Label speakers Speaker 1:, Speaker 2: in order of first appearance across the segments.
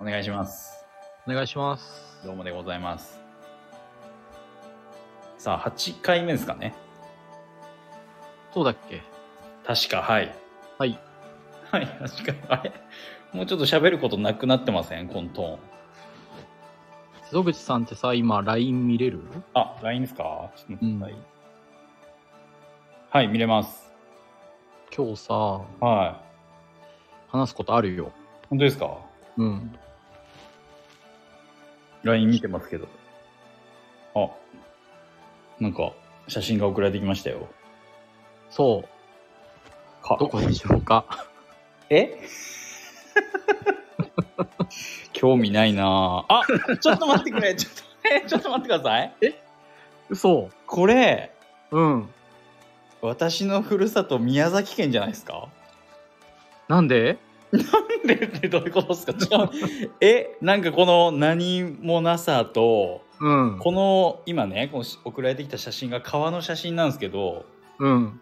Speaker 1: お願いします。
Speaker 2: お願いします。
Speaker 1: どうもでございます。さあ、8回目ですかね。
Speaker 2: そうだっけ
Speaker 1: 確か、はい。
Speaker 2: はい。
Speaker 1: はい、確か。あれもうちょっと喋ることなくなってませんこのトーン。
Speaker 2: 瀬戸口さんってさ、今、LINE 見れる
Speaker 1: あ、LINE ですかちょっと待って
Speaker 2: うん
Speaker 1: はい。はい、見れます。
Speaker 2: 今日さ、
Speaker 1: はい。
Speaker 2: 話すことあるよ。
Speaker 1: 本当ですか
Speaker 2: うん。
Speaker 1: ?LINE 見てますけど。あ、なんか、写真が送られてきましたよ。
Speaker 2: そう。
Speaker 1: か
Speaker 2: どこでしょ うか
Speaker 1: え興味ないなああちょっと待って くれちょっとえちょっと待ってください
Speaker 2: 嘘
Speaker 1: これ
Speaker 2: うん。
Speaker 1: 私のふるさと宮崎県じゃないです か
Speaker 2: なんで
Speaker 1: でってどういうことですか違う えなんかこの何もなさと
Speaker 2: うん。
Speaker 1: この今ねこのし送られてきた写真が川の写真なんですけど
Speaker 2: うん。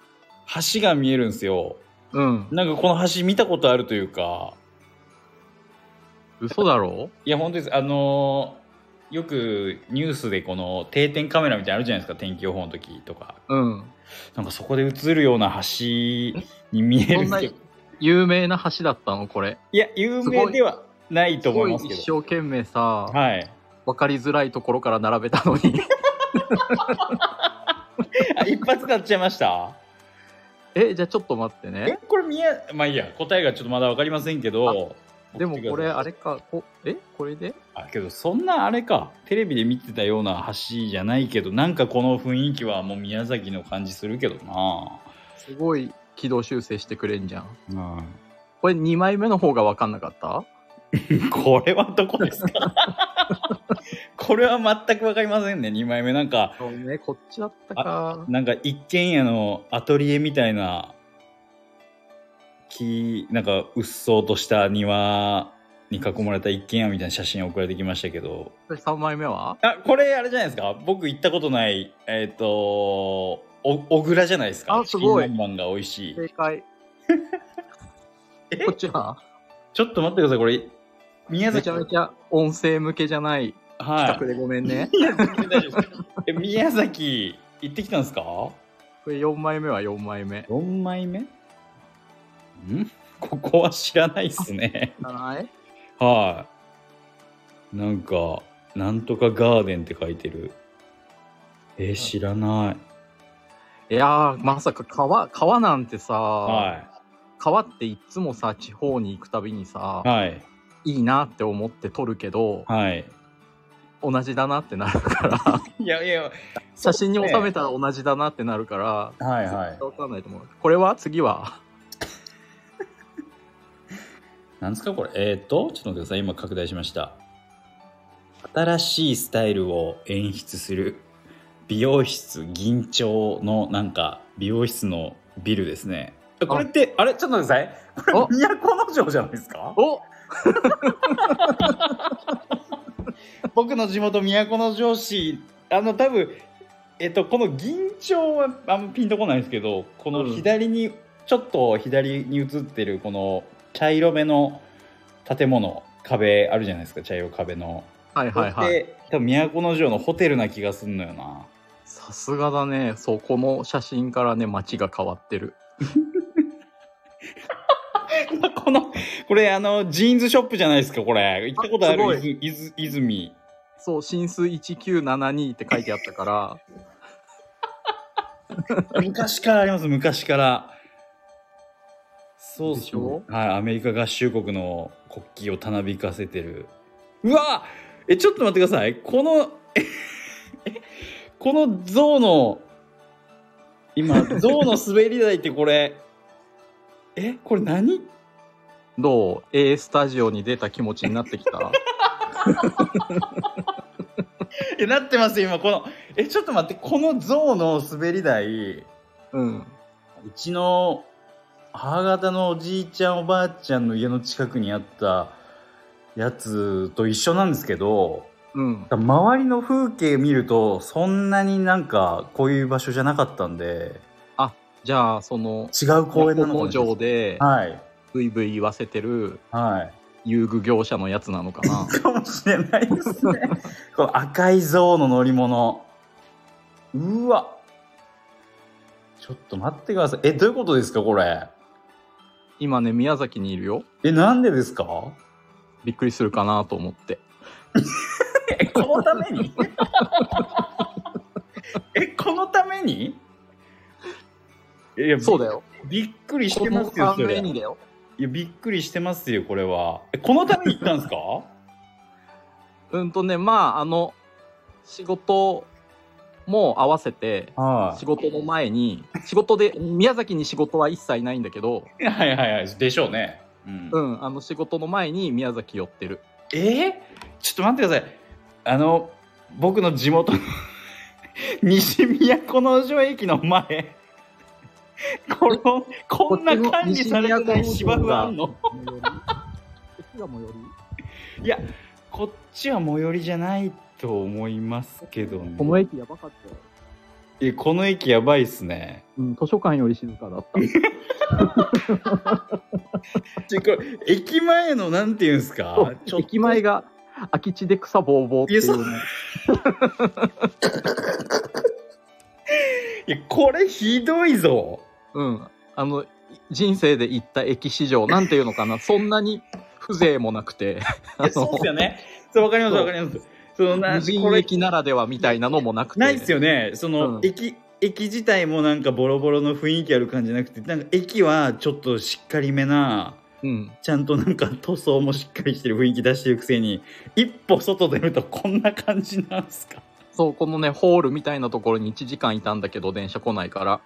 Speaker 1: 橋が見えるんですよ
Speaker 2: うん。
Speaker 1: なんかこの橋見たことあるというか
Speaker 2: 嘘だろ
Speaker 1: いや、本当です。あのーよくニュースでこの定点カメラみたいなのあるじゃないですか、天気予報の時とか。
Speaker 2: うん。
Speaker 1: なんかそこで映るような橋に見え
Speaker 2: そ
Speaker 1: る
Speaker 2: ん
Speaker 1: んで
Speaker 2: な
Speaker 1: すけど。
Speaker 2: 有名な橋だったのこれ。
Speaker 1: いや、有名ではないと思いますけ
Speaker 2: 一
Speaker 1: ど。
Speaker 2: 生懸命さ、
Speaker 1: はい。
Speaker 2: わかりづらいところから並べたのに。
Speaker 1: あ、一発買っちゃいました。
Speaker 2: え、じゃあちょっと待って
Speaker 1: え
Speaker 2: ね。、
Speaker 1: これ見え、まあいいや、答えがちょっとまだわかりませんけど。
Speaker 2: でもこれ、あ
Speaker 1: あ
Speaker 2: れか、こえこれで
Speaker 1: あ、けどそんなあれか。テレビで見てたような橋じゃないけど、なんかこの雰囲気はもう宮崎の感じするけどな。
Speaker 2: すごい軌道修正してくれんじゃん。
Speaker 1: うん。
Speaker 2: これ2枚目の方が分かんなかった
Speaker 1: これはどこですかこれは全く分かりませんね2枚目なんか
Speaker 2: そうね、こっちだったか。
Speaker 1: なんか一軒家のアトリエみたいな木なんかうっそうとした庭に囲まれた一軒家みたいな写真送られてきましたけど
Speaker 2: これ3枚目は
Speaker 1: あこれあれじゃないですか僕行ったことないえっ、とお小倉じゃないですか
Speaker 2: あすごい
Speaker 1: チキン南蛮が美味しい
Speaker 2: 正解。
Speaker 1: え
Speaker 2: こっちは
Speaker 1: ちょっと待ってくださいこれ宮
Speaker 2: め
Speaker 1: 崎
Speaker 2: ちゃめちゃ音声向けじゃない
Speaker 1: は
Speaker 2: 企画でごめんね。
Speaker 1: いいや全然大丈夫ですえ宮崎行ってきたんですか
Speaker 2: これ4枚目は4枚目。
Speaker 1: 4枚目んここは知らないっす ね
Speaker 2: じゃない
Speaker 1: はいなんかなんとかガーデンって書いてるえー、知らない
Speaker 2: いやー、まさか川、川なんてさ、
Speaker 1: は
Speaker 2: 川っていつもさ、地方に行くたびにさ
Speaker 1: い、はい
Speaker 2: いいなって思って撮るけど、
Speaker 1: はい
Speaker 2: 同じだなってなるから、
Speaker 1: いやいや
Speaker 2: 写真に収めたら同じだなってなるから、
Speaker 1: はいはい
Speaker 2: 分かんないと思う。これは次は
Speaker 1: なんですかこれえっ、ー、とちょっと待ってください今拡大しました新しいスタイルを演出する美容室銀町のなんか美容室のビルですねこれってあれちょっと待ってください
Speaker 2: お
Speaker 1: これ都城じゃないですか
Speaker 2: お
Speaker 1: 僕の地元都城市あの多分えっとこの銀町はあんまピンとこないんですけどこの
Speaker 2: うん
Speaker 1: 左に、ちょっと左に映ってるこの茶色めの建物壁あるじゃないですか茶色壁の
Speaker 2: はいはい
Speaker 1: こ
Speaker 2: はい。
Speaker 1: れって多分都城のホテルな気がすんのよな
Speaker 2: さすがだね。そう、この写真からね、街が変わってる。
Speaker 1: このこれあのジーンズショップじゃないですかこれ行ったことある
Speaker 2: あすご
Speaker 1: いずいず泉
Speaker 2: そう、浸水1972って書いてあった から、
Speaker 1: 昔からあります昔からそう
Speaker 2: でしょ
Speaker 1: そうはいアメリカ合衆国の国旗をたなびかせてるうわえちょっと待ってくださいこのええこの象の今象の滑り台ってこれえこれ何
Speaker 2: どう ?A スタジオに出た気持ちになってき た。
Speaker 1: えなってますよ今このえちょっと待ってこの象の滑り台
Speaker 2: うん。
Speaker 1: うちの母方のおじいちゃんおばあちゃんの家の近くにあったやつと一緒なんですけど
Speaker 2: うん。
Speaker 1: 周りの風景見るとそんなになんかこういう場所じゃなかったんで
Speaker 2: じゃあ、その、
Speaker 1: 違う公園なのか
Speaker 2: 工
Speaker 1: な
Speaker 2: 場で、
Speaker 1: はい
Speaker 2: ブイブイ言わせてる
Speaker 1: はい
Speaker 2: 遊具業者のやつなのか な
Speaker 1: かもしれないですね この赤い象の乗り物うわちょっと待ってくださいえどういうことですかこれ
Speaker 2: 今ね宮崎にいるよ
Speaker 1: えなんでですか
Speaker 2: びっくりするかなと思って
Speaker 1: えこのために えこのためにいや
Speaker 2: そうだよ
Speaker 1: びっくりし
Speaker 2: こ
Speaker 1: てま
Speaker 2: の
Speaker 1: すよ
Speaker 2: た
Speaker 1: それ
Speaker 2: め
Speaker 1: い
Speaker 2: にだよ
Speaker 1: やびっくりしてますよこれはえこのために行ったんですか
Speaker 2: うんとねまああの仕事も合わせて
Speaker 1: は
Speaker 2: 仕事の前に仕事で宮崎に仕事は一切ないんだけど、
Speaker 1: いはいはいはいでしょうねうん
Speaker 2: うん、あの仕事の前に宮崎寄ってる
Speaker 1: えー、ちょっと待ってくださいあの僕の地元の 西宮古之城駅の前このこんな管理されてない芝生あんの
Speaker 2: 駅が最寄り
Speaker 1: こっちは最寄りじゃないと思いますけどね
Speaker 2: この駅やばかったよ、
Speaker 1: えこの駅やばいっすね
Speaker 2: うん、図書館より静かだった
Speaker 1: ちょこれ駅前のなんていうんですか ちょっと
Speaker 2: 駅前が空き地で草ぼうぼうってい,、
Speaker 1: いやそう
Speaker 2: ね、
Speaker 1: いやこれひどいぞ
Speaker 2: うんあの人生で行った駅史上なんていうのかなそんなに風情もなくて
Speaker 1: いやそうっすよねそうわかりますわかりますそのなこ
Speaker 2: 無人
Speaker 1: れ
Speaker 2: 駅ならではみたいなのもなくて
Speaker 1: ないっすよねその、
Speaker 2: うん
Speaker 1: 駅駅自体もなんかボロボロの雰囲気ある感じじゃなくてなんか駅はちょっとしっかりめな
Speaker 2: うん、
Speaker 1: ちゃんとなんか塗装もしっかりしてる雰囲気出してるくせに一歩外出るとこんな感じなんすか
Speaker 2: そうこのねホールみたいなところに1時間いたんだけど電車来ないから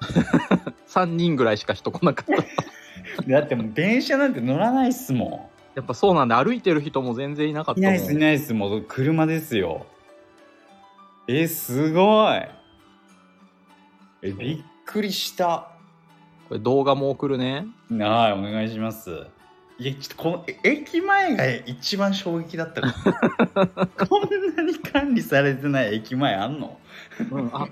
Speaker 2: 3人ぐらいしか人来な かった
Speaker 1: だってもう電車なんて乗らないっすも
Speaker 2: やっぱそうなんで歩いてる人も全然いなかっ
Speaker 1: ん
Speaker 2: た
Speaker 1: いな
Speaker 2: もん
Speaker 1: いっすいないっすもう車ですよえすごいえびっくりした
Speaker 2: これ動画も送るね
Speaker 1: はい、お願いします。いや、ちょっとこのえ駅前が一番衝撃だった から。こんなに管理されてない駅前あんの
Speaker 2: うん、あ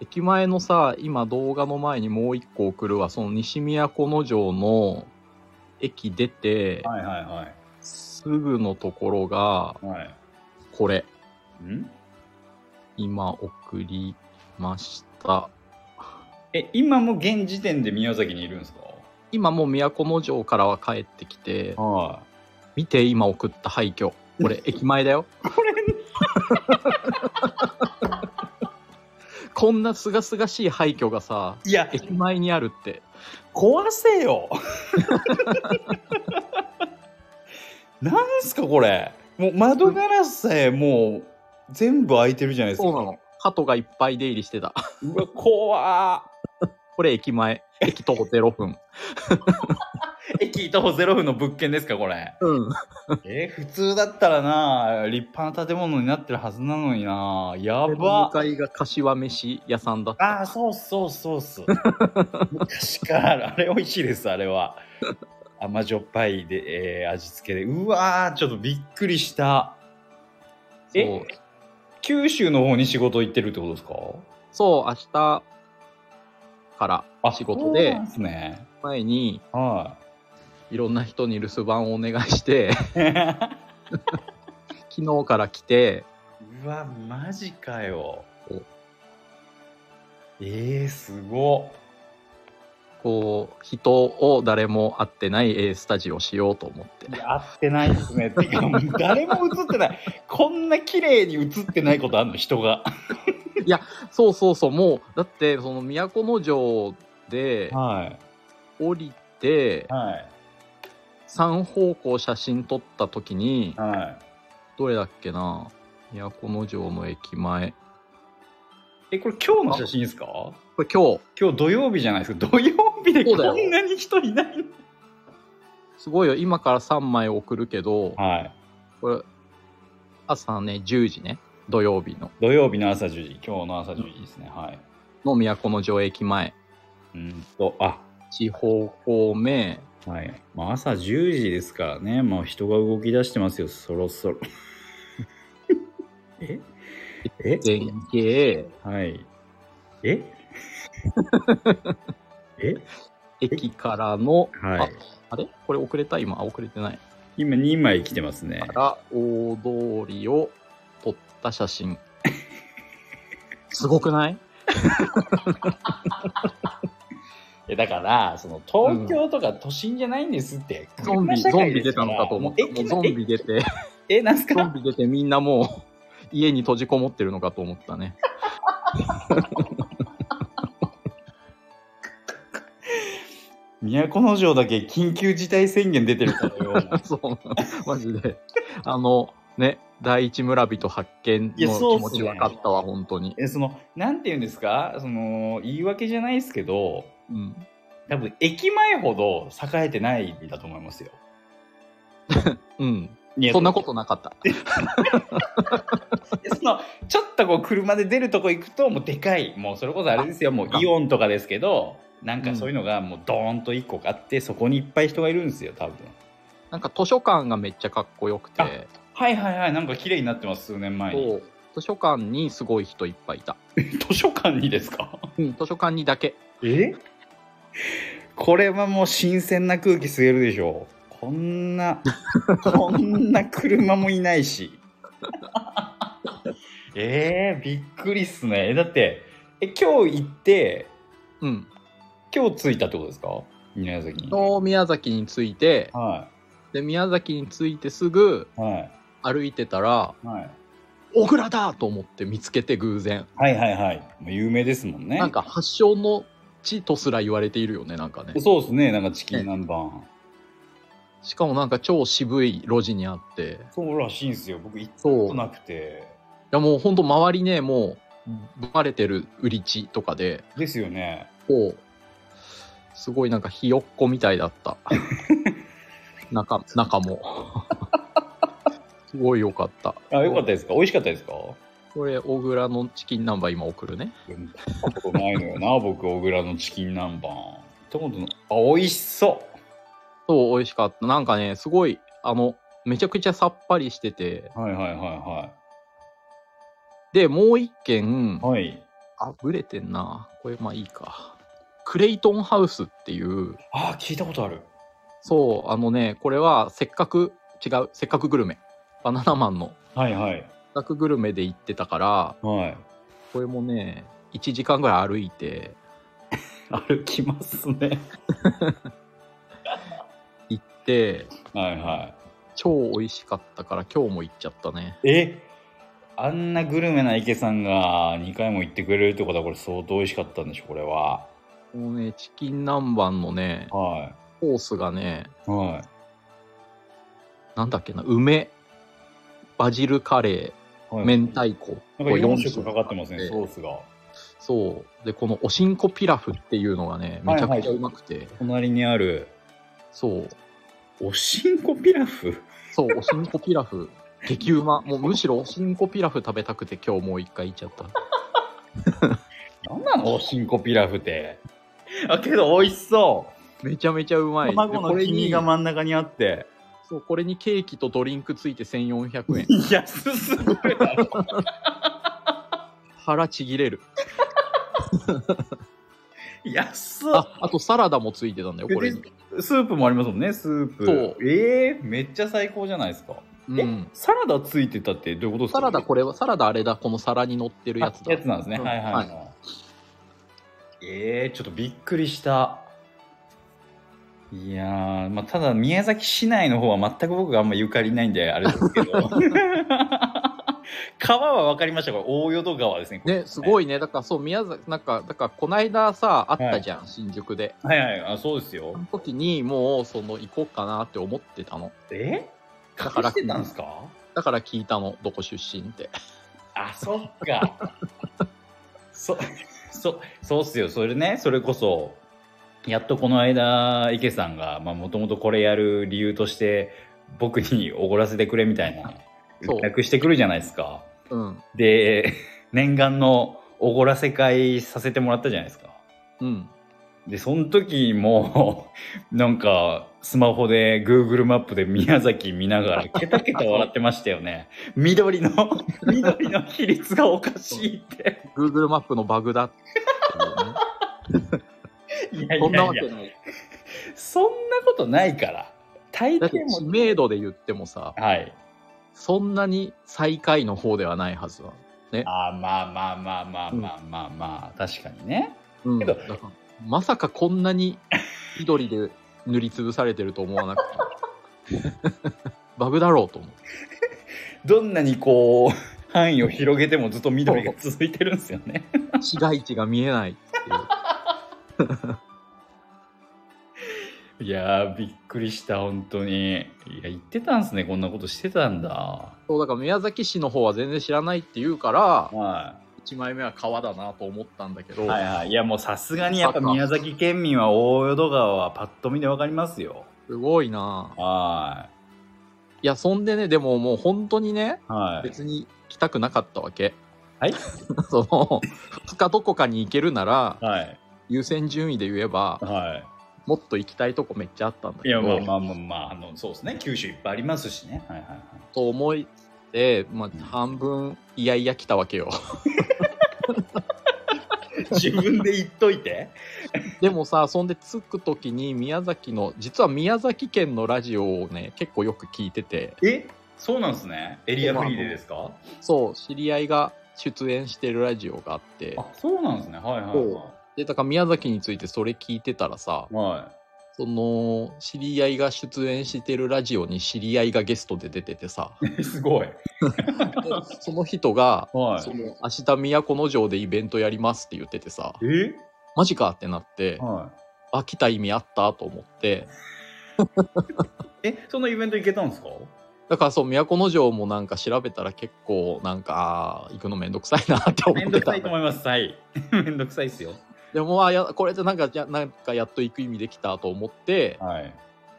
Speaker 2: 駅前のさ今動画の前にもう一個送るわその西宮古之城の駅出て
Speaker 1: はいはいは
Speaker 2: すぐのところが
Speaker 1: い。はい。
Speaker 2: これ
Speaker 1: ん
Speaker 2: 今送りました
Speaker 1: え、今も現時点で宮崎にいるんですか
Speaker 2: 今もう都之城からは帰ってきて
Speaker 1: は
Speaker 2: 見て今送った廃墟これ駅前だよこんなすがすがしい廃墟がさ
Speaker 1: い。いや、
Speaker 2: 駅前にあるって
Speaker 1: 壊せよ なんすかこれ。もう窓ガラスさえもう全部開いてるじゃないですか。
Speaker 2: そうなの鳩がいっぱい出入りしてた
Speaker 1: うわ、怖ー。
Speaker 2: これ駅前駅徒歩0分
Speaker 1: 駅徒歩ゼロ分の物件ですかこれ。
Speaker 2: うん
Speaker 1: えー普通だったらな立派な建物になってるはずなのになやば
Speaker 2: 向かいが柏飯屋さんだった
Speaker 1: ああそうそうそうそう昔からあるあれ美味しいですあれは甘じょっぱいで、えー味付けでうわーちょっとびっくりしたえ
Speaker 2: そう
Speaker 1: 九州の方に仕事行ってるってことですか
Speaker 2: そう明日から仕事
Speaker 1: そう
Speaker 2: で
Speaker 1: なんですね
Speaker 2: 前に
Speaker 1: はい
Speaker 2: ろんな人に留守番をお願いして
Speaker 1: い
Speaker 2: 昨日から来て
Speaker 1: うわマジかよ
Speaker 2: お
Speaker 1: えー、すごっ
Speaker 2: こう人を誰も会ってない A スタジオしようと思って
Speaker 1: 合ってないですね。てか、もう誰も映ってない。こんな綺麗に映ってないことあんの、人が。
Speaker 2: そうそうそうもうだってその都の城で
Speaker 1: は
Speaker 2: 降りて
Speaker 1: い。はい。
Speaker 2: 3方向写真撮った時に
Speaker 1: は
Speaker 2: どれだっけな都城の駅前
Speaker 1: い。え、これ今日の写真ですか
Speaker 2: これ今日
Speaker 1: 今日土曜日じゃないですか。土曜日で
Speaker 2: そうだ
Speaker 1: こ
Speaker 2: よ
Speaker 1: んなに人いないの
Speaker 2: すごいよ今から3枚送るけど
Speaker 1: はい。
Speaker 2: これ朝ね10時ね土曜日の
Speaker 1: 土曜日の朝10時、今日の朝10時ですね。はい。
Speaker 2: の都城駅前
Speaker 1: うーんと、あ、
Speaker 2: 地方方面
Speaker 1: はい。まあ朝10時ですからね。まあ人が動き出してますよ、そろそろ。 ええ
Speaker 2: 前景
Speaker 1: はい。え え
Speaker 2: 駅からの、
Speaker 1: はい。
Speaker 2: あれこれ遅れた今あ遅れてない
Speaker 1: 今2枚来てますね。
Speaker 2: から大通りを撮った写 真。すごくない
Speaker 1: いやだから、その東京とか都心じゃないんですって。
Speaker 2: ゾンビ、
Speaker 1: 車
Speaker 2: ゾ
Speaker 1: 社
Speaker 2: ン
Speaker 1: 会
Speaker 2: ビ
Speaker 1: で
Speaker 2: 出
Speaker 1: すら
Speaker 2: たのかと思った。
Speaker 1: もう
Speaker 2: も
Speaker 1: 駅
Speaker 2: う
Speaker 1: の
Speaker 2: ゾンビ出て、
Speaker 1: え、なんす
Speaker 2: ゾ
Speaker 1: か
Speaker 2: ンビ出てみんなもう家に閉じこもってるのかと思ったね。。
Speaker 1: 都城だけ緊急事態宣言出てるからよ
Speaker 2: そう、マジで。あの、ね、第一村人発見
Speaker 1: いや
Speaker 2: の
Speaker 1: そう
Speaker 2: 気
Speaker 1: っすね
Speaker 2: 持ち分かったわ、本当に。
Speaker 1: え、その、なんて言うんですかその、言い訳じゃないですけど、
Speaker 2: うん。
Speaker 1: 多分駅前ほど栄えてないんだと思いますよ。
Speaker 2: うん。
Speaker 1: いや
Speaker 2: そんなことなかった。
Speaker 1: いやそのちょっとこう車で出るとこ行くともうでかいもうそれこそあれですよもうイオンとかですけどなんかそういうのがもうドーンと1個買ってそこにいっぱい人がいるんですよ多分
Speaker 2: なんか図書館がめっちゃかっこよく
Speaker 1: あ
Speaker 2: て、
Speaker 1: はいはいはいなんか綺麗になってます数年前に
Speaker 2: そう図書館にすごい人いっぱいいた。
Speaker 1: 図書館にですか
Speaker 2: うん、図書館にだけ。
Speaker 1: えこれはもう新鮮な空気吸えるでしょうこんなこんな車もいないし えー、びっくりっすねえだってえ今日行って
Speaker 2: うん。
Speaker 1: 今日着いたってことですか宮崎に。
Speaker 2: と宮崎に着いて、
Speaker 1: は
Speaker 2: で、宮崎に着いてすぐ
Speaker 1: い。はい。
Speaker 2: 歩いてたら、
Speaker 1: はい。
Speaker 2: 小倉だと思って見つけて偶然。
Speaker 1: はいはいはい。もう有名ですもんね。
Speaker 2: なんか。発祥の地とすら言われているよね、なんかね。
Speaker 1: そうですね。なんかチキン南蛮。
Speaker 2: しかもなんか超渋い路地にあって。
Speaker 1: そうらしいんですよ。僕行った
Speaker 2: そ
Speaker 1: こ
Speaker 2: う
Speaker 1: となくて。
Speaker 2: いやもうほんと周りねもう生まれてる売り地とかで
Speaker 1: ですよね。
Speaker 2: こうすごいなんかひよっこみたいだった中中もすごい良かった
Speaker 1: あ、よかったですか美味しかったですか
Speaker 2: これ小倉のチキンナンバー今送るね
Speaker 1: うん行ったことないのよな。僕、小倉のチキン南蛮。行ったことない。あ、美味しそう。
Speaker 2: そう美味しかったなんかねすごいあのめちゃくちゃさっぱりしてて
Speaker 1: はいはいは
Speaker 2: でもう一軒
Speaker 1: いはい。はい。
Speaker 2: あぶれてんなこれまあいいかクレイトンハウスっていう
Speaker 1: あ、聞いたことある。
Speaker 2: そう、あのね、これはせっかく、違う、せっかくグルメ。バナナマンのせ
Speaker 1: はいはい。
Speaker 2: っかくグルメで行ってたから、
Speaker 1: はい。
Speaker 2: これもね、1時間ぐらい歩いて
Speaker 1: 歩きますね。
Speaker 2: 行って、
Speaker 1: はいは
Speaker 2: 超美味しかったから今日も行っちゃったね。
Speaker 1: い。えあんなグルメな池さんが2回も行ってくれるってことはこれ相当美味しかったんでしょこれは。
Speaker 2: このね、チキン南蛮のね、
Speaker 1: は
Speaker 2: コースがね、
Speaker 1: い。はい。
Speaker 2: なんだっけな、梅、バジルカレ
Speaker 1: は
Speaker 2: ー、
Speaker 1: い、
Speaker 2: 明太子。
Speaker 1: なんか4色
Speaker 2: こ
Speaker 1: か
Speaker 2: れ
Speaker 1: かってますね、
Speaker 2: 四
Speaker 1: ソ
Speaker 2: 色
Speaker 1: ースが。
Speaker 2: そう。で、このおしんこピラフっていうのがね、めちゃくちゃうまくて、
Speaker 1: 隣にある、
Speaker 2: そう。
Speaker 1: おしんこピラフ
Speaker 2: そう、おしんこピラフ。 激うま。もうむしろおしんこピラフ食べたくて今日もう一回行っちゃった。
Speaker 1: なんなのおしんこピラフって。あ、けど美味しそ
Speaker 2: めちゃめちゃう
Speaker 1: う。
Speaker 2: まい。
Speaker 1: 卵
Speaker 2: で
Speaker 1: の
Speaker 2: これ
Speaker 1: 黄身
Speaker 2: に
Speaker 1: が真ん中にあって。
Speaker 2: そう、これにケーキとドリンクついて1400円。
Speaker 1: 安す ぎるだろ。
Speaker 2: 腹ちぎれる。
Speaker 1: 安そう。
Speaker 2: あ、あとサラダもついてたんだよ、これに。
Speaker 1: スープもありますもんね、スープ。
Speaker 2: そう
Speaker 1: えー、めっちゃ最高じゃないですか。
Speaker 2: うん。
Speaker 1: サラダついてたってどういうことですか
Speaker 2: サラダ、これは、サラダあれだ、この皿に乗ってるやつ
Speaker 1: あ
Speaker 2: だ。
Speaker 1: なんですね、
Speaker 2: うん
Speaker 1: はいはい、はいえー、ちょっとびっくりしたいやー、まあ、ただ宮崎市内の方は全く僕があんまゆかりないんであれです けど川は分かりましたこれ大淀川ですねこれ
Speaker 2: ね、すごいね。だからそう、宮崎、なんか、だから、こないださ、あったじゃん、新宿で。
Speaker 1: はいはいあそうですよ
Speaker 2: その時に、もう、その、行こうかなって思ってたの。
Speaker 1: え
Speaker 2: だから
Speaker 1: 隠してたんですか
Speaker 2: だから聞いたの、どこ出身って。
Speaker 1: あそっか そそそうっすよそれねそれこそやっとこの間池さんがもともとこれやる理由として僕におごらせてくれみたいな
Speaker 2: そう
Speaker 1: 略してくるじゃないですか
Speaker 2: うん。
Speaker 1: で念願のおごらせ会させてもらったじゃないですか
Speaker 2: うん。
Speaker 1: でその時も なんかスマホで Google マップで宮崎見ながらケタケタ笑ってましたよね緑の緑の比率がおかしいって。
Speaker 2: Google マップのバグだっていうね
Speaker 1: いやい
Speaker 2: そんな
Speaker 1: や
Speaker 2: わ
Speaker 1: い
Speaker 2: け
Speaker 1: や
Speaker 2: ない。
Speaker 1: そんなことないから大
Speaker 2: だって
Speaker 1: 抵
Speaker 2: 知
Speaker 1: も、
Speaker 2: 名度で言ってもさ、
Speaker 1: はい。
Speaker 2: そんなに最下位の方ではないはずだ。
Speaker 1: あーまあまあまあまあまあまあまあ、確かにね。
Speaker 2: うん、
Speaker 1: けど
Speaker 2: だからまさかこんなに緑で塗りつぶされてると思わなくて バグだろうと思って
Speaker 1: どんなにこう、 範囲を広げてもずっと緑が続いてるんですよね。
Speaker 2: 市街地が見えないっていう
Speaker 1: いやー、びっくりした、本当に。いや、言ってたんすね、こんなことしてたんだ。
Speaker 2: そうだから宮崎市の方は全然知らないって言うから
Speaker 1: は
Speaker 2: 1枚目は川だなと思ったんだけど、
Speaker 1: い。はいはい。いや、もうさすがにやっぱ宮崎県民は大淀川はパッと見でわかりますよ。
Speaker 2: すごいなあ
Speaker 1: はい
Speaker 2: やそんでねでももう本当にね
Speaker 1: い。はい。
Speaker 2: 別に来たくなかったわけ
Speaker 1: はい
Speaker 2: その2日どこかに行けるなら
Speaker 1: はい。
Speaker 2: 優先順位で言えば
Speaker 1: はい。
Speaker 2: もっと行きたいとこめっちゃあったんだ
Speaker 1: い
Speaker 2: けど
Speaker 1: やまあまあまあまああのそうですね九州いっぱいありますしねはいはいはい
Speaker 2: と思って、ま
Speaker 1: うん
Speaker 2: あ、半分いやいや来たわけよ
Speaker 1: 自分で言っといて
Speaker 2: でもさそんで着く時に宮崎の実は宮崎県のラジオをね結構よく聞いてて
Speaker 1: えそうなんですねエリアフリーでですか
Speaker 2: そう知り合いが出演してるラジオがあって
Speaker 1: あそうなんですねはいはいは
Speaker 2: でだから宮崎についてそれ聞いてたらさ
Speaker 1: いは
Speaker 2: その知り合いが出演してるラジオに知り合いがゲストで出て てさで
Speaker 1: いすごい
Speaker 2: その人が「
Speaker 1: は
Speaker 2: その明日都城でイベントやります」って言っててさ
Speaker 1: いえ
Speaker 2: 「マジか!」ってなって
Speaker 1: は
Speaker 2: 「あ来た意味あった」と思って
Speaker 1: いえそのイベント行けたんですか
Speaker 2: だからそう都城もなんか調べたら結構なんかあー行くのめんどくさいなって思
Speaker 1: めん
Speaker 2: っ
Speaker 1: ど
Speaker 2: て
Speaker 1: くさ
Speaker 2: た
Speaker 1: いと思いますはい めんどくさいっすよ
Speaker 2: でもあやこれでなんかじゃなんかやっと行く意味できたと思って
Speaker 1: はい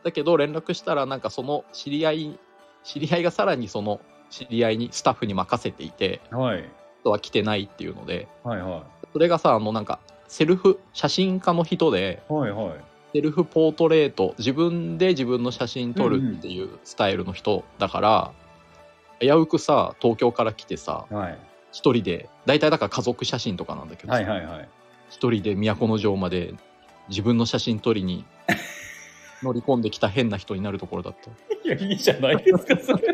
Speaker 2: だけど連絡したらなんかその知り合い知り合いがさらにその知り合いにスタッフに任せていて
Speaker 1: はい
Speaker 2: 人は来てないっていうので
Speaker 1: はいは
Speaker 2: それがさあのなんかセルフ写真家の人で
Speaker 1: いはいはい
Speaker 2: セルフポートレート自分で自分の写真撮るっていうスタイルの人だから、危うくさ東京から来てさ
Speaker 1: はい
Speaker 2: 一人で大体だから家族写真とかなんだけどさ
Speaker 1: はいはいはい
Speaker 2: 一人で都城まで自分の写真撮りに乗り込んできた変な人になるところだった。い
Speaker 1: いやいいじゃないですかそれ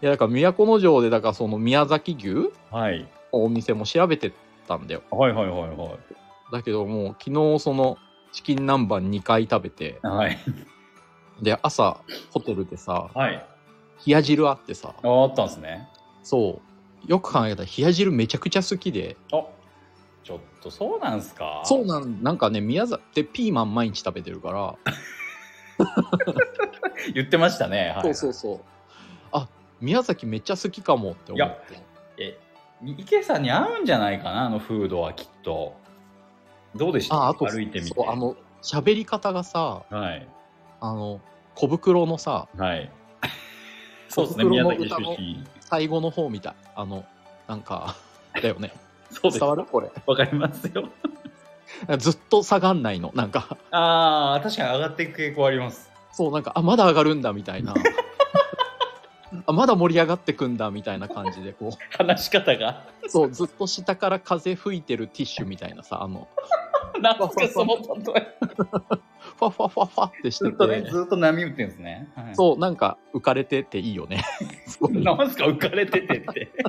Speaker 2: やだから都城でだからその宮崎牛の
Speaker 1: はい
Speaker 2: お店も調べてたんだよ。
Speaker 1: はいはいはいは
Speaker 2: だけどもう昨日そのチキン南蛮2回食べて
Speaker 1: いはい
Speaker 2: で朝ホテルでさ
Speaker 1: はい
Speaker 2: 冷や汁あってさ
Speaker 1: ああったんですね
Speaker 2: そうよく考えたら冷や汁めちゃくちゃ好きで
Speaker 1: あちょっとそうなんすか
Speaker 2: そうなんなんかね宮崎ってピーマン毎日食べてるから
Speaker 1: 言ってましたねはい
Speaker 2: そうあ宮崎めっちゃ好きかもって思って
Speaker 1: え池さんに合うんじゃないかなあのフードはきっとどうでした
Speaker 2: ああと
Speaker 1: 歩いてみて
Speaker 2: そうあの喋り方がさ
Speaker 1: はい
Speaker 2: あの小袋のさ
Speaker 1: はいそうですね
Speaker 2: お袋
Speaker 1: 宮
Speaker 2: の
Speaker 1: 崎出
Speaker 2: 歌の
Speaker 1: 身
Speaker 2: 最後の方みたいあのなん かだよね
Speaker 1: そうです
Speaker 2: 伝わるこれ
Speaker 1: わかりますよ
Speaker 2: ずっと下がんないのなんか
Speaker 1: ああ確かに上がっていく傾向あります
Speaker 2: そうなんかあまだ上がるんだみた いなあまだ盛り上がってくんだみたいな感じでこ
Speaker 1: 話し方が
Speaker 2: うそうずっと下から風吹いてるティッシュみたいなさあの
Speaker 1: なんかその例え
Speaker 2: ファファファファってし
Speaker 1: ず
Speaker 2: て
Speaker 1: っとね
Speaker 2: て、
Speaker 1: ずっと波打ってんですね、はい、
Speaker 2: そうなんか浮かれてていいよね すごい
Speaker 1: なんすか浮かれててって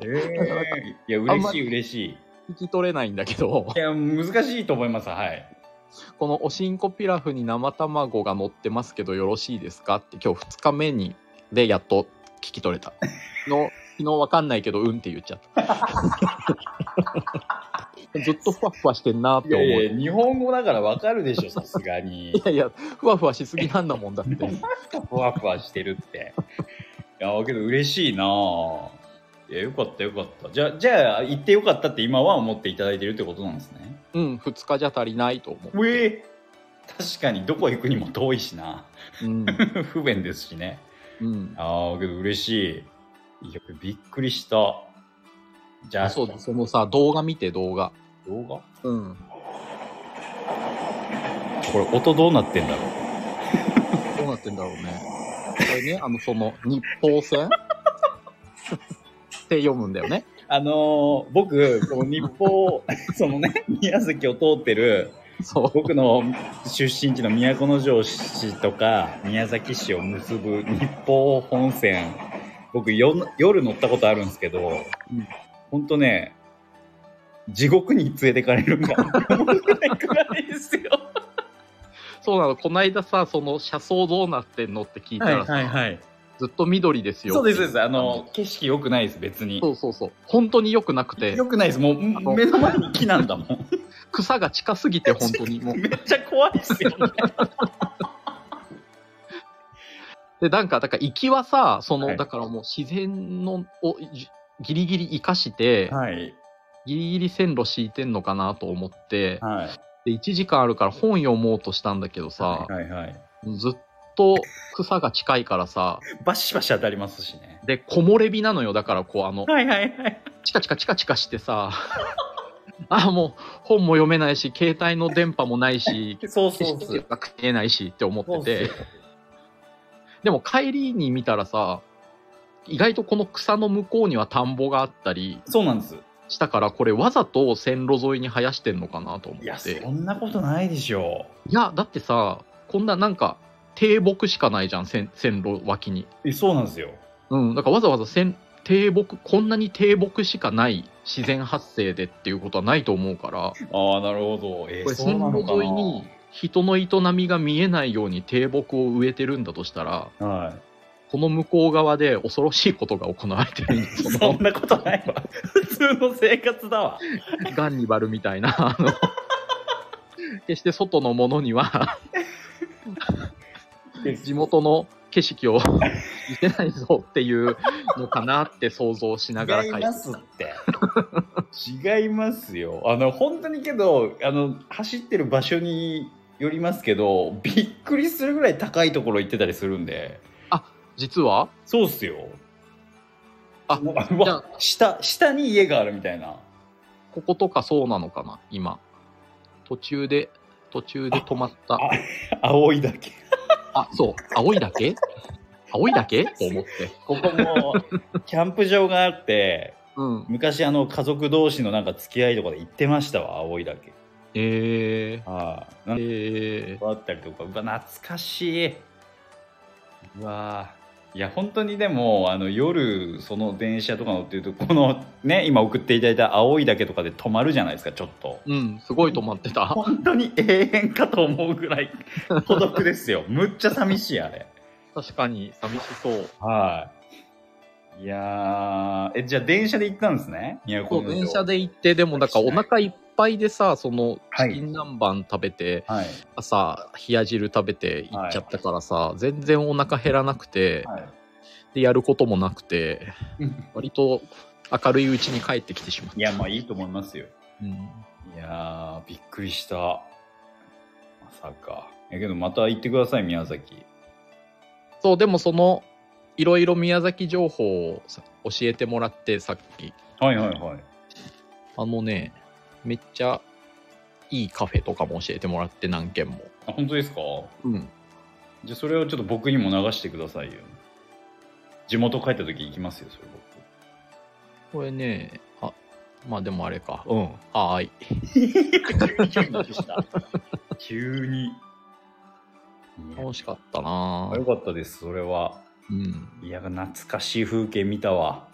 Speaker 1: えー、いや
Speaker 2: あん
Speaker 1: 嬉
Speaker 2: ま
Speaker 1: しい嬉しい
Speaker 2: 聞き取れないんだけど
Speaker 1: いや難しいと思いますはい
Speaker 2: このおしんこピラフに生卵が乗ってますけどよろしいですかって今日2日目にでやっと聞き取れた の昨日わかんないけどうんって言っちゃった ずっとふわふわしてんなっ
Speaker 1: い
Speaker 2: て
Speaker 1: や
Speaker 2: 思うい
Speaker 1: い
Speaker 2: やい
Speaker 1: や日本語だからわかるでしょさすがに
Speaker 2: やふわふわしすぎなんだもんだって
Speaker 1: ふわふわしてるっていやけど嬉しいなあいやよかったよかったじゃあじゃあ行ってよかったって今は思っていただいてるってことなんですね
Speaker 2: うん2日じゃ足りないと思う、
Speaker 1: うえ確かにどこ行くにも遠いしな
Speaker 2: うん
Speaker 1: 不便ですしね
Speaker 2: うん、
Speaker 1: ああけど嬉しいいやびっくりしたじゃあ
Speaker 2: あそうだそのさ動画見て動画
Speaker 1: 動画
Speaker 2: うん
Speaker 1: これ音どうなってんだろう
Speaker 2: どうなってんだろうね。これね、あの、その、日報 戦って読むんだよね。
Speaker 1: あのー僕、この日報、そのね、宮崎を通ってる
Speaker 2: そう。
Speaker 1: 僕の出身地の都城市とか宮崎市を結ぶ日報本線僕よ夜乗ったことあるんですけど、
Speaker 2: うん
Speaker 1: ほんとね地獄に連れてかれる か思えないくらいですよ
Speaker 2: そうなの。こないださ、その車窓どうなってんのって聞いたらさ、
Speaker 1: はい
Speaker 2: ずっと緑ですよ。
Speaker 1: そうですそうですあの景色良くないです別に
Speaker 2: そうそうそう。本当に良くなくて、
Speaker 1: 良くないですもう
Speaker 2: の
Speaker 1: 目の前に木なんだもん
Speaker 2: 草が近すぎて本当にもう。
Speaker 1: めっちゃ怖いですよね
Speaker 2: で、なんか、だから行きはさ、その、
Speaker 1: はい
Speaker 2: だからもう自然のをじギリギリ生かして、
Speaker 1: はい
Speaker 2: ギリギリ線路敷いてんのかなと思って、
Speaker 1: はい
Speaker 2: で、1時間あるから本読もうとしたんだけどさ、
Speaker 1: はいはい
Speaker 2: ずっと草が近いからさ、
Speaker 1: バシバシ当たりますしね
Speaker 2: で、木漏れ日なのよ。だからこう、あの、
Speaker 1: はいはいはい
Speaker 2: チカチカチカチカしてさ、 あ、もう本も読めないし、携帯の電波もないし、
Speaker 1: そう
Speaker 2: 景
Speaker 1: そうっす
Speaker 2: 色が見えないしって思って
Speaker 1: そうっす
Speaker 2: て
Speaker 1: よ、
Speaker 2: でも帰りに見たらさ、意外とこの草の向こうには田んぼがあったり
Speaker 1: そうなんです。
Speaker 2: したから、これわざと線路沿いに生やしてんのかなと思
Speaker 1: いや、
Speaker 2: っ
Speaker 1: そ
Speaker 2: て。いや、
Speaker 1: んなことないでしょ
Speaker 2: だってさ、こんななんか低木しかないじゃん、線線路脇に。
Speaker 1: う。え、そうなんですよ。
Speaker 2: うん、だからわざわざ線低木、こんなに低木しかない自然発生でっていうことはないと思うから、
Speaker 1: ああ、なるほど。え
Speaker 2: これ
Speaker 1: そう
Speaker 2: 線
Speaker 1: なのか
Speaker 2: 路
Speaker 1: な
Speaker 2: 沿いに人の営みが見えないように低木を植えてるんだとしたら
Speaker 1: は
Speaker 2: この向こう側で恐ろしいことが行われてるんで
Speaker 1: い。
Speaker 2: す
Speaker 1: そ
Speaker 2: よ
Speaker 1: んなことないわ。 普通の生活だわ。
Speaker 2: ガンニバルみたいなあの 決して外のものに は地元の景色を見せないぞっていうのかなって想像しながら
Speaker 1: 違い
Speaker 2: 書いて
Speaker 1: ます って。違いますよ。あの、本当にけど、あの、走ってる場所によりますけど、びっくりするぐらい高いところ行ってたりするんで。
Speaker 2: 実は
Speaker 1: そうっすよ。
Speaker 2: あ
Speaker 1: う
Speaker 2: じゃ
Speaker 1: わ
Speaker 2: あ、
Speaker 1: 下、下に家があるみたいな。
Speaker 2: こことかそうなのかな今途中で途中で止まった
Speaker 1: あ青いだけ。
Speaker 2: あそう青いだけ青いだけと思って
Speaker 1: ここもキャンプ場があって
Speaker 2: うん
Speaker 1: 昔あの家族同士のなんか付き合いとかで行ってましたわ青いだけ
Speaker 2: え
Speaker 1: ああ
Speaker 2: ー、
Speaker 1: なんか
Speaker 2: えー、
Speaker 1: あったりとかうわ懐かしいうわいや本当にでもあの夜その電車とか乗ってるとこのね今送っていただいた青いだけとかで止まるじゃないですかちょっと
Speaker 2: うん、すごい止まって た。
Speaker 1: 本当に永遠かと思うぐらい孤独ですよ むっちゃ寂しいあれ
Speaker 2: 確かに、寂しそう。
Speaker 1: はいいやーえじゃあ電車で行ったんですね宮
Speaker 2: そ
Speaker 1: 古
Speaker 2: う、電車で行って、でも、だからお腹いっぱいでさ、その、
Speaker 1: はい
Speaker 2: チキン南蛮食べて、
Speaker 1: はい
Speaker 2: 朝、冷や汁食べて行っちゃったからさ、全然お腹減らなくて、
Speaker 1: はい
Speaker 2: で、やることもなくて、
Speaker 1: うん
Speaker 2: 割と明るいうちに帰ってきてしまった。
Speaker 1: いや、まあいいと思いますよ。
Speaker 2: うん。
Speaker 1: いやー、びっくりした。まさか。やけど、また行ってください、宮崎。
Speaker 2: そう、でもその、いろいろ宮崎情報をさ教えてもらって、さっき。
Speaker 1: はいはいはい。
Speaker 2: あのね、めっちゃいいカフェとかも教えてもらって、何軒も。
Speaker 1: あ、本当ですか
Speaker 2: うん。
Speaker 1: じゃあ、それをちょっと僕にも流してくださいよ。地元帰った時行きますよ、それ
Speaker 2: これね、あ、まあでもあれか。うん。はーい。
Speaker 1: 僕。急にした。 急に。いや
Speaker 2: 楽しかったな
Speaker 1: よかったです、それは。
Speaker 2: うん。
Speaker 1: いや、懐かしい風景見たわ。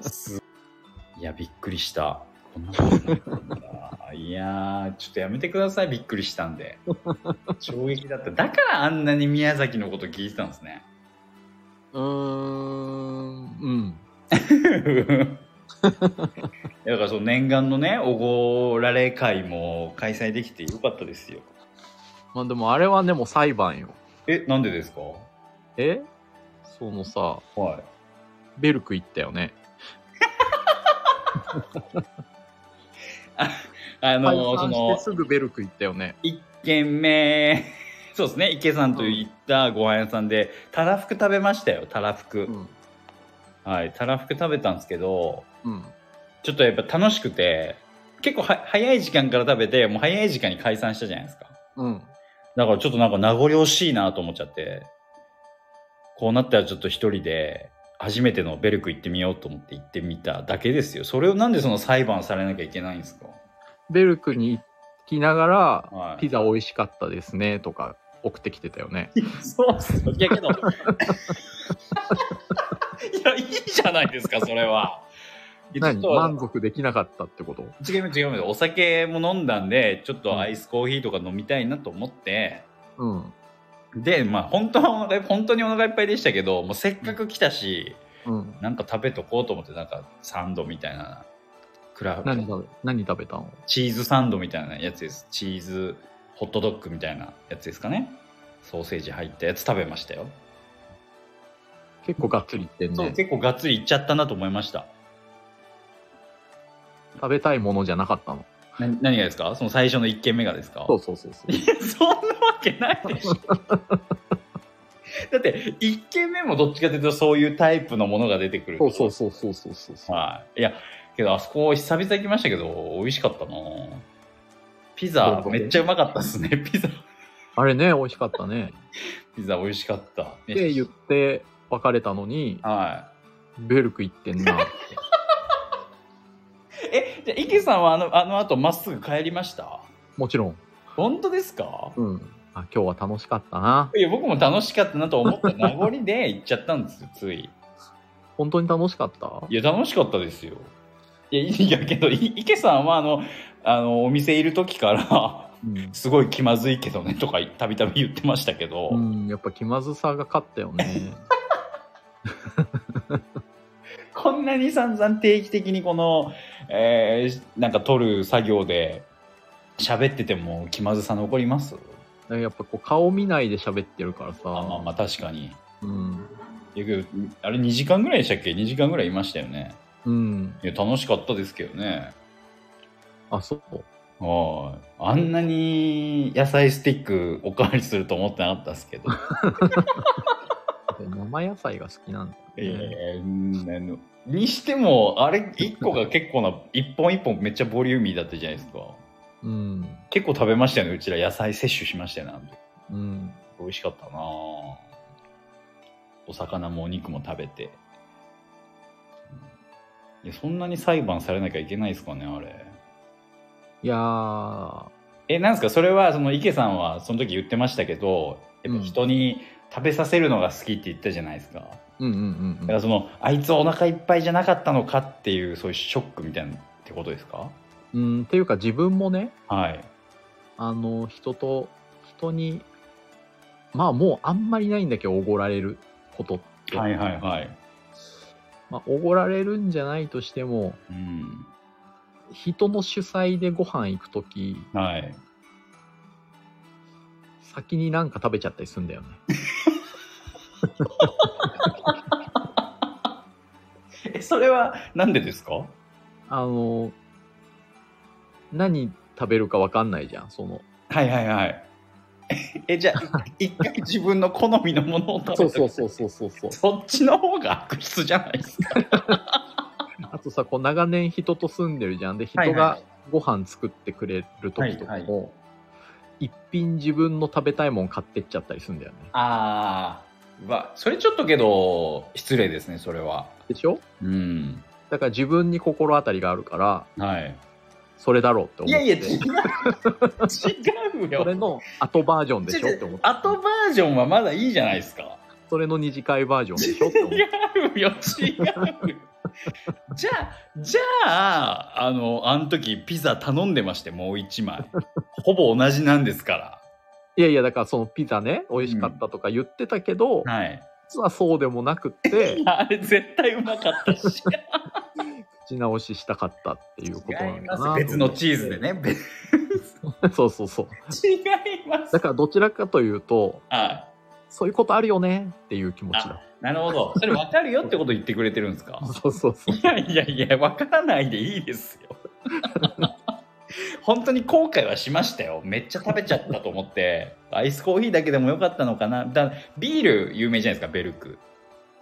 Speaker 1: すいや、びっくりした。こんなことになってんだいやー、ちょっとやめてください、びっくりしたんで。衝撃だった。だからあんなに宮崎のこと聞いてたんですね。
Speaker 2: うーん。うん。
Speaker 1: いやだからその念願のね、おごられ会も開催できてよかったですよ。
Speaker 2: まあでもあれはでも裁判よ。
Speaker 1: え、なんでですか
Speaker 2: えそのさ、
Speaker 1: はい。
Speaker 2: ベルク行ったよね。
Speaker 1: あのーそ
Speaker 2: 解散
Speaker 1: の
Speaker 2: して、すぐベルク行ったよね。
Speaker 1: 1軒目そうですね池さんと行ったご飯屋さんでたらふく食べましたよたらふく、
Speaker 2: うん。
Speaker 1: はいたらふく食べたんですけど
Speaker 2: うん。
Speaker 1: ちょっとやっぱ楽しくて結構は早い時間から食べてもう早い時間に解散したじゃないですか
Speaker 2: うん。
Speaker 1: だからちょっとなんか名残惜しいなと思っちゃってこうなったらちょっと一人で初めてのベルク行ってみようと思って行ってみただけですよそれをなんでその裁判されなきゃいけないんですか
Speaker 2: ベルクにきながら、
Speaker 1: はい
Speaker 2: ピザ美味しかったですねとか送ってきてたよ ね。
Speaker 1: そうっすよ。いやけど。いや、いいじゃないですか、それは。いやちょ
Speaker 2: 何
Speaker 1: っと
Speaker 2: 満足できなかったってこと
Speaker 1: 違います違いますお酒も飲んだんでちょっとアイスコーヒーとか飲みたいなと思って
Speaker 2: うん。
Speaker 1: でまあ本当はお腹本当にお腹いっぱいでしたけどもうせっかく来たし
Speaker 2: うん。
Speaker 1: なんか食べとこうと思ってなんかサンドみたいなクラ
Speaker 2: 何
Speaker 1: ブ
Speaker 2: 食べ何食べたの
Speaker 1: チーズサンドみたいなやつですチーズホットドッグみたいなやつですかねソーセージ入ったやつ食べましたよ、
Speaker 2: 結構がっつりいってん
Speaker 1: そう
Speaker 2: ね。
Speaker 1: 結構がっつりいっちゃったなと思いました
Speaker 2: 食べたいものじゃなかったの。
Speaker 1: な何がですかその最初の1軒目がですか
Speaker 2: そうそうそうそう。
Speaker 1: そんなわけないでしょ。 だって1軒目もどっちかというとそういうタイプのものが出てくる
Speaker 2: そうそうそうそうそうそうそう。
Speaker 1: はいいやけどあそこ久々行きましたけど美味しかったなピ
Speaker 2: ど
Speaker 1: ザ
Speaker 2: こで
Speaker 1: めっちゃうまかったですね ピザ
Speaker 2: あれね、美味しかった ね。
Speaker 1: ピザ美味しかった
Speaker 2: って言って別れたのに、
Speaker 1: は
Speaker 2: ベルク行ってんなって。
Speaker 1: いえじゃあ池さんはあのあの後まっすぐ帰りました
Speaker 2: もちろん。
Speaker 1: 本当ですか
Speaker 2: うん。あ、今日は楽しかったな。
Speaker 1: いや僕も楽しかったなと思った名残で行っちゃったんですよつい
Speaker 2: 本当に楽しかった
Speaker 1: いや、楽しかったですよ。いや、いいやけど、い池さんは、あの、あの、お店いる時から、
Speaker 2: うん
Speaker 1: すごい気まずいけどね、とか、たびたび言ってましたけど、
Speaker 2: うん、やっぱ気まずさが勝ったよね。
Speaker 1: こんなに散々定期的にこの、えーなんか取る作業で、喋ってても気まずさ残ります
Speaker 2: やっぱこう顔見ないで喋ってるか
Speaker 1: あ
Speaker 2: ら
Speaker 1: まあ
Speaker 2: さ、
Speaker 1: まあ、確かに。
Speaker 2: うん、
Speaker 1: いやけど、あれ2時間ぐらいでしたっけ ?2 時間ぐらいいましたよね。
Speaker 2: うん、
Speaker 1: いや、楽しかったですけどね。
Speaker 2: あ、そう。
Speaker 1: はい。あんなに野菜スティックおかわりすると思ってなかったですけど。
Speaker 2: 生野菜が好きなんだ、ね。
Speaker 1: えーうんあのにしてもあれ1個が結構な 一本一本めっちゃボリューミーだったじゃないですか
Speaker 2: うん、
Speaker 1: 結構食べましたよねうちら野菜摂取しましたよねあの時
Speaker 2: うん、
Speaker 1: 美味しかったなぁお魚もお肉も食べてうんいやそんなに裁判されなきゃいけないですかねあれ
Speaker 2: いやー、
Speaker 1: えなんですかそれはその池さんはその時言ってましたけどやっぱ人に食べさせるのが好きって言ったじゃないですか、
Speaker 2: うんうん
Speaker 1: だか
Speaker 2: うんう
Speaker 1: ら
Speaker 2: ん
Speaker 1: そのあいつお腹いっぱいじゃなかったのかっていうそういうショックみたいなってことですか
Speaker 2: うん。っていうか自分もね、
Speaker 1: はい
Speaker 2: あの、人と、人に、まあもうあんまりないんだけど、おごられることって。
Speaker 1: はいはいはい
Speaker 2: まあ、おごられるんじゃないとしても、
Speaker 1: うん
Speaker 2: 人の主催でご飯行くとき、
Speaker 1: はい
Speaker 2: 先になんか食べちゃったりするんだよね。
Speaker 1: えそれはなんでですか
Speaker 2: あの、何食べるかわかんないじゃん、その。
Speaker 1: はいはいはい えじゃあ一回自分の好みのものを食べ
Speaker 2: そう
Speaker 1: とく
Speaker 2: そうそうそうそうそう。
Speaker 1: そっちの方が悪質じゃないですか
Speaker 2: あとさ、こう長年人と住んでるじゃん。で、
Speaker 1: はい
Speaker 2: 人
Speaker 1: は
Speaker 2: がご飯作ってくれる時とか
Speaker 1: はい
Speaker 2: も、一品自分の食べたいもん買ってっちゃったりするんだよね。
Speaker 1: ああわそれちょっとけど失礼ですねそれは
Speaker 2: でしょ
Speaker 1: うん
Speaker 2: だから自分に心当たりがあるから、
Speaker 1: はい
Speaker 2: それだろうって思
Speaker 1: いや
Speaker 2: って。
Speaker 1: いや違う 違うよ
Speaker 2: それの後バージョンでしょって思って。
Speaker 1: 後バージョンはまだいいじゃないですか
Speaker 2: それの二次会バージョンでし ょって思っ
Speaker 1: 違
Speaker 2: て。
Speaker 1: うよ違うよじゃあじゃああのあの時ピザ頼んでましてもう一枚ほぼ同じなんですか
Speaker 2: いやいや、だからそのピザね、美味しかったとか言ってたけど、
Speaker 1: らはい
Speaker 2: 実はそうでもなくって、
Speaker 1: あれ絶対うまかったし
Speaker 2: 口直ししたかったっていうことな
Speaker 1: 違い
Speaker 2: ん
Speaker 1: ま
Speaker 2: だ
Speaker 1: す
Speaker 2: な。
Speaker 1: 別のチーズで。ね別
Speaker 2: そうそうそう。
Speaker 1: 違います
Speaker 2: だからどちらかというと、
Speaker 1: あ
Speaker 2: そういうことあるよねっていう気持ちだ。
Speaker 1: なるほどそれ分かるよってこと言ってくれてるんですか
Speaker 2: そうそうそう。
Speaker 1: いやいやいや分からないでいいですよ本当に後悔はしましたよめっちゃ食べちゃったと思ってアイスコーヒーだけでもよかったのかなだビール有名じゃないですかベルク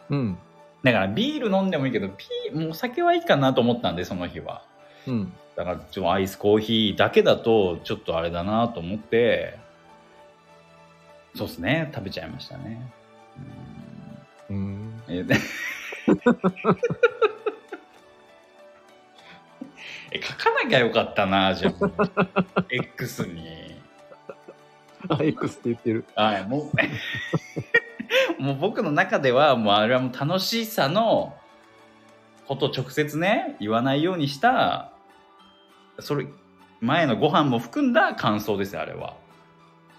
Speaker 2: うん。
Speaker 1: だからビール飲んでもいいけどビーもうお酒はいいかなと思ったんでその日は
Speaker 2: うん。
Speaker 1: だからちょっとアイスコーヒーだけだとちょっとあれだなと思ってそうですね食べちゃいましたねうん
Speaker 2: うん。
Speaker 1: えーでい え書かなきゃよかったなじゃあ X に
Speaker 2: あ X って言ってる。
Speaker 1: はいもう もう僕の中ではもうあれはもう楽しさのことを直接ね言わないようにしたそれ前のご飯も含んだ感想ですよあれは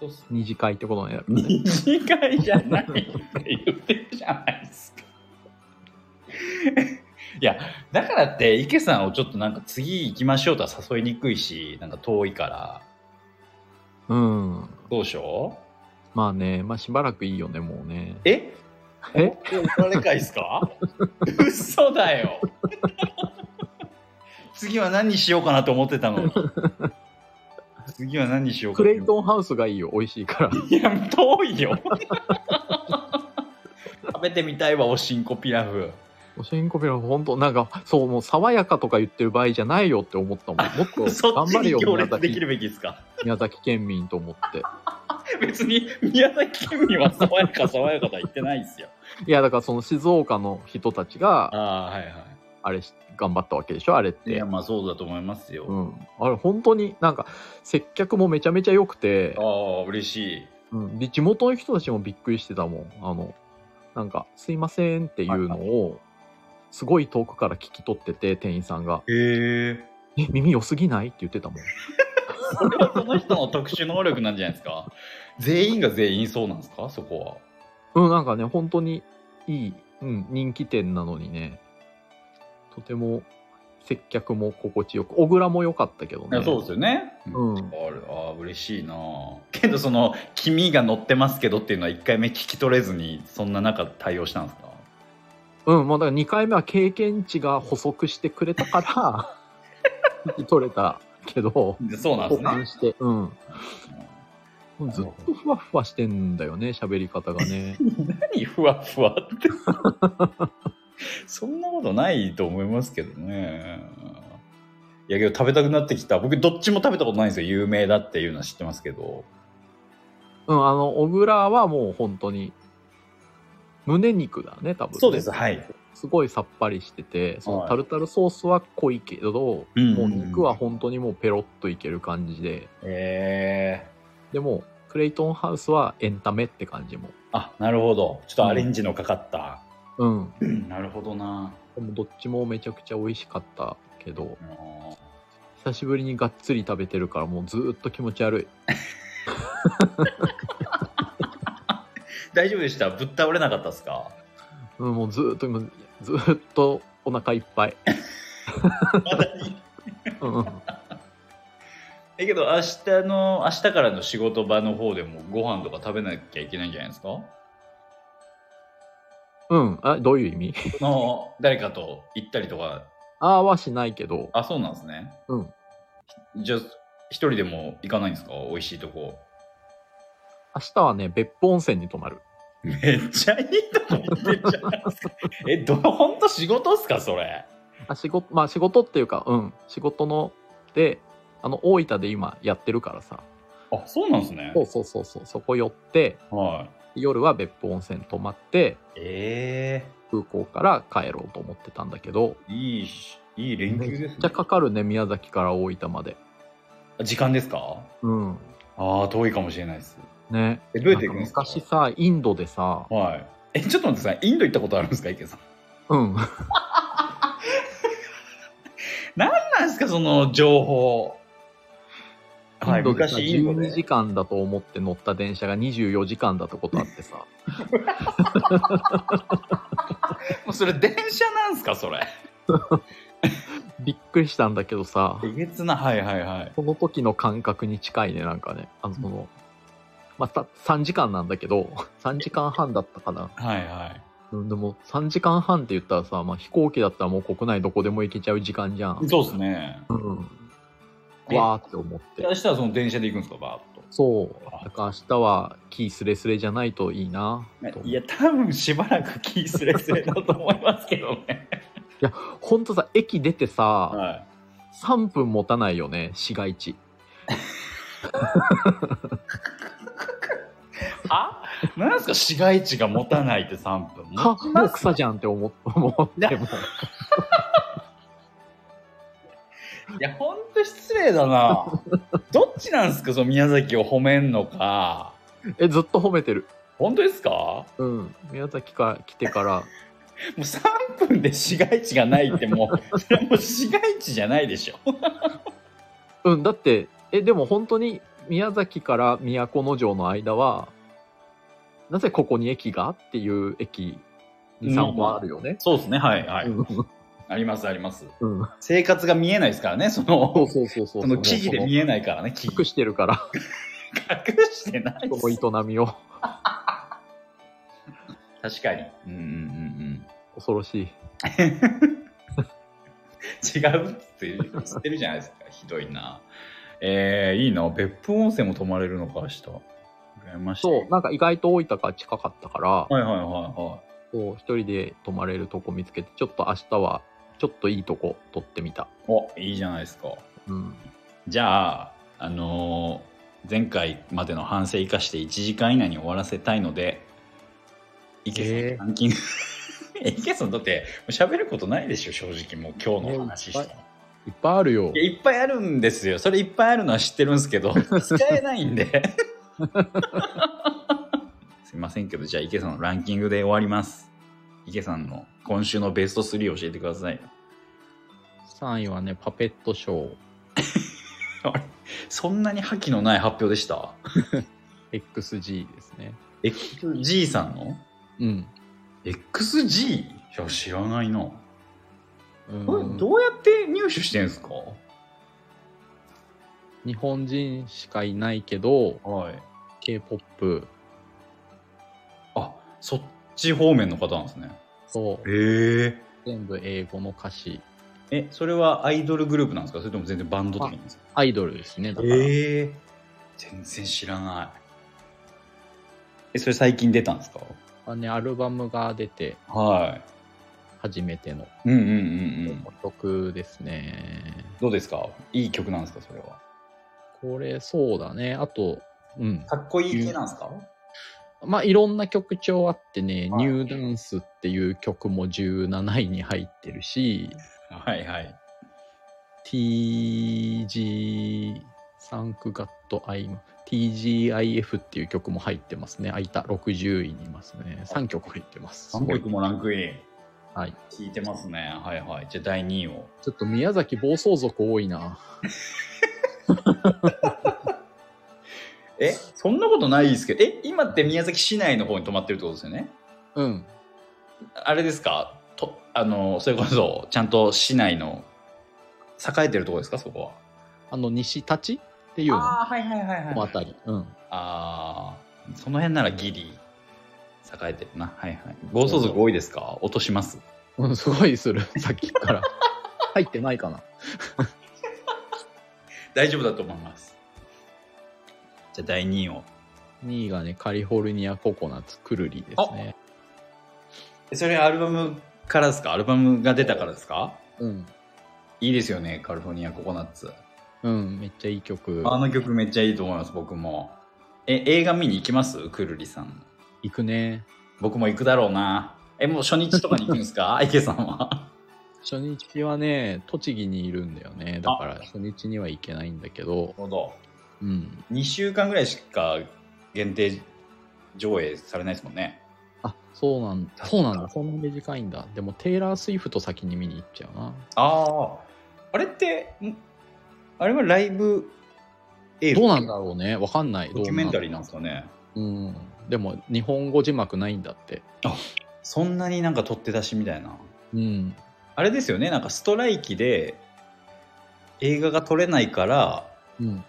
Speaker 1: そうっす
Speaker 2: 二次会ってことになる。
Speaker 1: 二次会じゃないって言ってるじゃないですか。いやだからって池さんをちょっとなんか次行きましょうとは誘いにくいしなんか遠いから
Speaker 2: うん。
Speaker 1: どうしよ
Speaker 2: まあね、まあしばらくいいよね、もうね
Speaker 1: う。え
Speaker 2: え
Speaker 1: 誰かいっすか嘘だよ次は何しようかなと思ってたのに次は何しようか
Speaker 2: ク
Speaker 1: な
Speaker 2: レイトンハウスがいいよ、美味しいから。
Speaker 1: いや遠いよ食べてみたいわおしんこピラフ
Speaker 2: おしんこピラフ、本当なんか、そう、もう爽やかとか言ってる場合じゃないよって思ったもん。もっ と
Speaker 1: そ
Speaker 2: 頑
Speaker 1: っち
Speaker 2: 張れ
Speaker 1: に
Speaker 2: よ、
Speaker 1: 行
Speaker 2: 宮
Speaker 1: 列でき
Speaker 2: 崎
Speaker 1: るべきですか
Speaker 2: 宮崎県民と思って。
Speaker 1: 別に宮崎県民は爽やか爽やかとは言ってないですよ。
Speaker 2: いや、だからその静岡の人たちが、
Speaker 1: ああはいは
Speaker 2: あれし、頑張ったわけでしょ、あれっ
Speaker 1: い。い
Speaker 2: て
Speaker 1: や。まあそうだと思いますよ。
Speaker 2: うん。あれ、本当になんか、接客もめちゃめちゃ良くて、
Speaker 1: ああ嬉しい。
Speaker 2: うん、で地元の人たちもびっくりしてたもんあのなんか「すいません」っていうのをすごい遠くから聞き取ってて店員さんが
Speaker 1: へえ。
Speaker 2: 「え耳良すぎない?」って言ってたもん
Speaker 1: それはその人の特殊能力なんじゃないですか全員が全員そうなんですかそこは。
Speaker 2: うんなんかね本当にいい、うん、人気店なのにねとても接客も心地よく小倉も良かったけど
Speaker 1: い
Speaker 2: ね
Speaker 1: やそうですよね。
Speaker 2: うん
Speaker 1: あれあー嬉しいなけどその「君が乗ってますけど」っていうのは1回目聞き取れずにそんな中対応したんですか
Speaker 2: うんまあだから2回目は経験値が補足してくれたから 聞き取れたけど
Speaker 1: でそうなんで
Speaker 2: 交
Speaker 1: すね。
Speaker 2: 換してうんずっとふわふわしてんだよね、喋り方がね。
Speaker 1: 何ふわふわってそんなことないと思いますけどねいやけど食べたくなってきた僕どっちも食べたことないんですよ有名だっていうのは知ってますけど
Speaker 2: うん、あの、小倉はもう本当に、胸肉だね、多分、ね。
Speaker 1: はい
Speaker 2: すごいさっぱりしてて、そ
Speaker 1: は
Speaker 2: の
Speaker 1: い
Speaker 2: タルタルソースは濃いけど、
Speaker 1: うん
Speaker 2: もう肉は本当にもうペロッといける感じで、
Speaker 1: え
Speaker 2: でも、クレイトンハウスはエンタメって感じも。
Speaker 1: ー、あなるほどちょっとアレンジのかかった、
Speaker 2: うん。
Speaker 1: うんなるほどな
Speaker 2: でもどっちもめちゃくちゃ美味しかったけど、
Speaker 1: あの
Speaker 2: 久しぶりにがっつり食べてるからもうずーっと気持ち悪い。
Speaker 1: ー大丈夫でしたぶっ倒れなかったです か
Speaker 2: うん、もうずーっと、今ずーっとお腹いっぱい。
Speaker 1: まだに
Speaker 2: うん。
Speaker 1: えけど明日の明日からの仕事場の方でもご飯とか食べなきゃいけないんじゃないですか
Speaker 2: うん。あ、どういう意味
Speaker 1: の誰かと行ったりとか
Speaker 2: ああはしないけど、
Speaker 1: あ、そうなんですね。
Speaker 2: うん。
Speaker 1: じゃあ、一人でも行かないんですか美味しいとこ。
Speaker 2: 明日はね、別府温泉に泊まる。
Speaker 1: めっちゃいいとこ行ってるじゃないですか。え、ど、ほんと仕事っすかそれ。
Speaker 2: あ仕事、まあ仕事っていうか、うん。仕事の、で、あの、大分で今やってるからさ。
Speaker 1: あ、そうなんですね
Speaker 2: そうそうそうそう。そこ寄って、
Speaker 1: はい。
Speaker 2: 夜は別府温泉泊まって、
Speaker 1: え
Speaker 2: 空港から帰ろうと思ってたんだけど、
Speaker 1: えいいし、いい連休ですね
Speaker 2: めっちゃかかるね、宮崎から大分まで。
Speaker 1: あ時間ですか
Speaker 2: うん。
Speaker 1: ああ、遠いかもしれないです。
Speaker 2: ね。
Speaker 1: え、どうやって行くん
Speaker 2: な
Speaker 1: で
Speaker 2: ん
Speaker 1: す
Speaker 2: か
Speaker 1: か
Speaker 2: 昔さ、インドでさ、
Speaker 1: はい。え、ちょっと待ってください。インド行ったことあるんですか池さん。
Speaker 2: うん。
Speaker 1: 何なんですかその情報。はい、
Speaker 2: インドでさ、
Speaker 1: 昔インド
Speaker 2: 12
Speaker 1: で。
Speaker 2: 時間だと思って乗った電車が24時間だってことあってさ。
Speaker 1: もうそれ電車なんですかそれ。
Speaker 2: びっくりしたんだけどさ
Speaker 1: え、げつな、はいはいはい。
Speaker 2: その時の感覚に近いね、なんかね。あの、その、まあ、た3時間なんだけ ど、3時間半だったかな。
Speaker 1: はいはい。
Speaker 2: うんでも、3時間半って言ったらさ、まあ、飛行機だったらもう国内どこでも行けちゃう時間じゃん。
Speaker 1: そうですね。
Speaker 2: うん。
Speaker 1: え
Speaker 2: わーって思っ
Speaker 1: で
Speaker 2: て
Speaker 1: 明。日はその電車で行くんですか、バーッ
Speaker 2: そう。だから明日は、キースレスレじゃないといいな
Speaker 1: と。
Speaker 2: と。
Speaker 1: いや、多分しばらく気すれすれだと思いますけどね。
Speaker 2: ほんとさ、駅出て さ、
Speaker 1: は
Speaker 2: 3分持たないよね、市街地。
Speaker 1: い。はなんですか、市街地が持たないって3分。
Speaker 2: は、もう 草じゃんって思思っても。
Speaker 1: いや、ほんと失礼だ な。どっちなんですか、その宮崎を褒めんのか。
Speaker 2: え、ずっと褒めてる。
Speaker 1: 本当ですかも
Speaker 2: うん。宮崎から来てから、
Speaker 1: う3分で市街地がないっても う、それもう市街地じゃないでしょ。
Speaker 2: うん、だって、え、でも本当に宮崎から都城の間は、なぜここに駅がっていう駅、2、3本あるよね。
Speaker 1: そうですね、はい、はい。
Speaker 2: うん。
Speaker 1: あります、あります。
Speaker 2: うん
Speaker 1: 生活が見えないですからね、その、
Speaker 2: そうそうそうそう。
Speaker 1: その木々で見えないからね、木々
Speaker 2: 隠。して るから、
Speaker 1: 隠してないっ
Speaker 2: こ
Speaker 1: す
Speaker 2: の営みを。
Speaker 1: 確かに。うんうんうん
Speaker 2: 恐ろしい。
Speaker 1: うん。違うって言ってるじゃないですか。 ひどいな。えー、いいな。別府温泉も泊まれるのか、明日。羨ましい。
Speaker 2: そう、なんか意外と大分から近かったから、
Speaker 1: はいはいはいは
Speaker 2: こう一人で泊まれるとこ見つけて、ちょっと明日は、ちょっといいとこ撮ってみた。
Speaker 1: い。お、いいじゃないですか。
Speaker 2: うん。
Speaker 1: じゃあ、あのー前回までの反省生かして1時間以内に終わらせたいので、いけ
Speaker 2: え
Speaker 1: さん、ランキング。え、 いけさん、だって、喋ることないでしょ、正直。もう今日の話しても。
Speaker 2: いっぱいあるよ
Speaker 1: いや。いっぱいあるんですよ。それいっぱいあるのは知ってるんです けど、使えないんで。 すいませんけど、じゃあ池さんのランキングで終わります。池さんの今週のベスト3を教えてください。
Speaker 2: 3位はね、パペットショー、
Speaker 1: そんなに覇気のない発表でした
Speaker 2: XG ですね。
Speaker 1: ?XG さんの
Speaker 2: うん。
Speaker 1: ?XG? いや、知らないな。これ
Speaker 2: うん
Speaker 1: どうやって入手してんですか
Speaker 2: 日本人しかいないけど、
Speaker 1: はい。
Speaker 2: K-POP
Speaker 1: あ、そっち方面の方なんですね。
Speaker 2: と
Speaker 1: へえ。
Speaker 2: 全部英語の歌詞、
Speaker 1: え、それはアイドルグループなんですかそれとも全然バンドとかなんですか
Speaker 2: アイドルですね、だから。
Speaker 1: ええ全然知らないえそれ最近出たんですか
Speaker 2: まあね、アルバムが出て、
Speaker 1: は
Speaker 2: 初めての
Speaker 1: いうんうんうんうん
Speaker 2: 曲ですね。
Speaker 1: どうですかいい曲なんですかそれは
Speaker 2: これ、そうだね。あと、うん。
Speaker 1: かっこいい系なんですか、
Speaker 2: まあ、いろんな曲調あってね、
Speaker 1: はい
Speaker 2: ニューダンスっていう曲も17位に入ってるし、
Speaker 1: はいはい
Speaker 2: TG、サンクガットアイム、TGIF っていう曲も入ってますね。あいた、60位にいますね。3曲入ってます。
Speaker 1: 3曲もランクイン
Speaker 2: はい。
Speaker 1: 聞いてますねはいはいじゃあ第2位を
Speaker 2: ちょっと宮崎暴走族多いな。
Speaker 1: えそんなことないですけどえ今って宮崎市内の方に泊まってるってことですよね
Speaker 2: うん。
Speaker 1: あれですかとあのそれこそちゃんと市内の栄えてるとこですかそこは
Speaker 2: あの、西立ちっていうのこ
Speaker 1: あはいはいはいは
Speaker 2: のあたり。うん。
Speaker 1: ああ、その辺ならギリ栄えてるな。はいはい。暴走族多いですか落とします。
Speaker 2: うん、すごいする。 さっきから。入ってないかな。
Speaker 1: 大丈夫だと思います。じゃあ第2位を。
Speaker 2: 2位がね、カリフォルニアココナッツクルリですね。
Speaker 1: えそれアルバムからですかアルバムが出たからですか
Speaker 2: うん。
Speaker 1: いいですよね、カリフォルニアココナッツ。
Speaker 2: うん、めっちゃいい曲。
Speaker 1: あの曲めっちゃいいと思います、僕も。え、映画見に行きますくるりさん。
Speaker 2: 行くね。
Speaker 1: 僕も行くだろうな。え、もう初日とかに行くんです か池さんは。
Speaker 2: 初日はね、栃木にいるんだよね。だから初日には行けないんだけど、
Speaker 1: なるほど。
Speaker 2: うん。
Speaker 1: 2週間ぐらいしか限定上映されないですもんね。
Speaker 2: あ、そうなんだ。そうなんだ。そんな短いんだ。でも、テイラー・スウィフト先に見に行っちゃうな。
Speaker 1: ああ。あれって、んあれはライブ映
Speaker 2: どうなんだろうね。わかんない。
Speaker 1: ドキュメンタリー
Speaker 2: ど
Speaker 1: なんですかね。
Speaker 2: うなんだうん。でも、日本語字幕ないんだって。
Speaker 1: そんなになんか取って出しみたいな。
Speaker 2: うん。
Speaker 1: あれですよね、なんかストライキで映画が撮れないから、
Speaker 2: うん。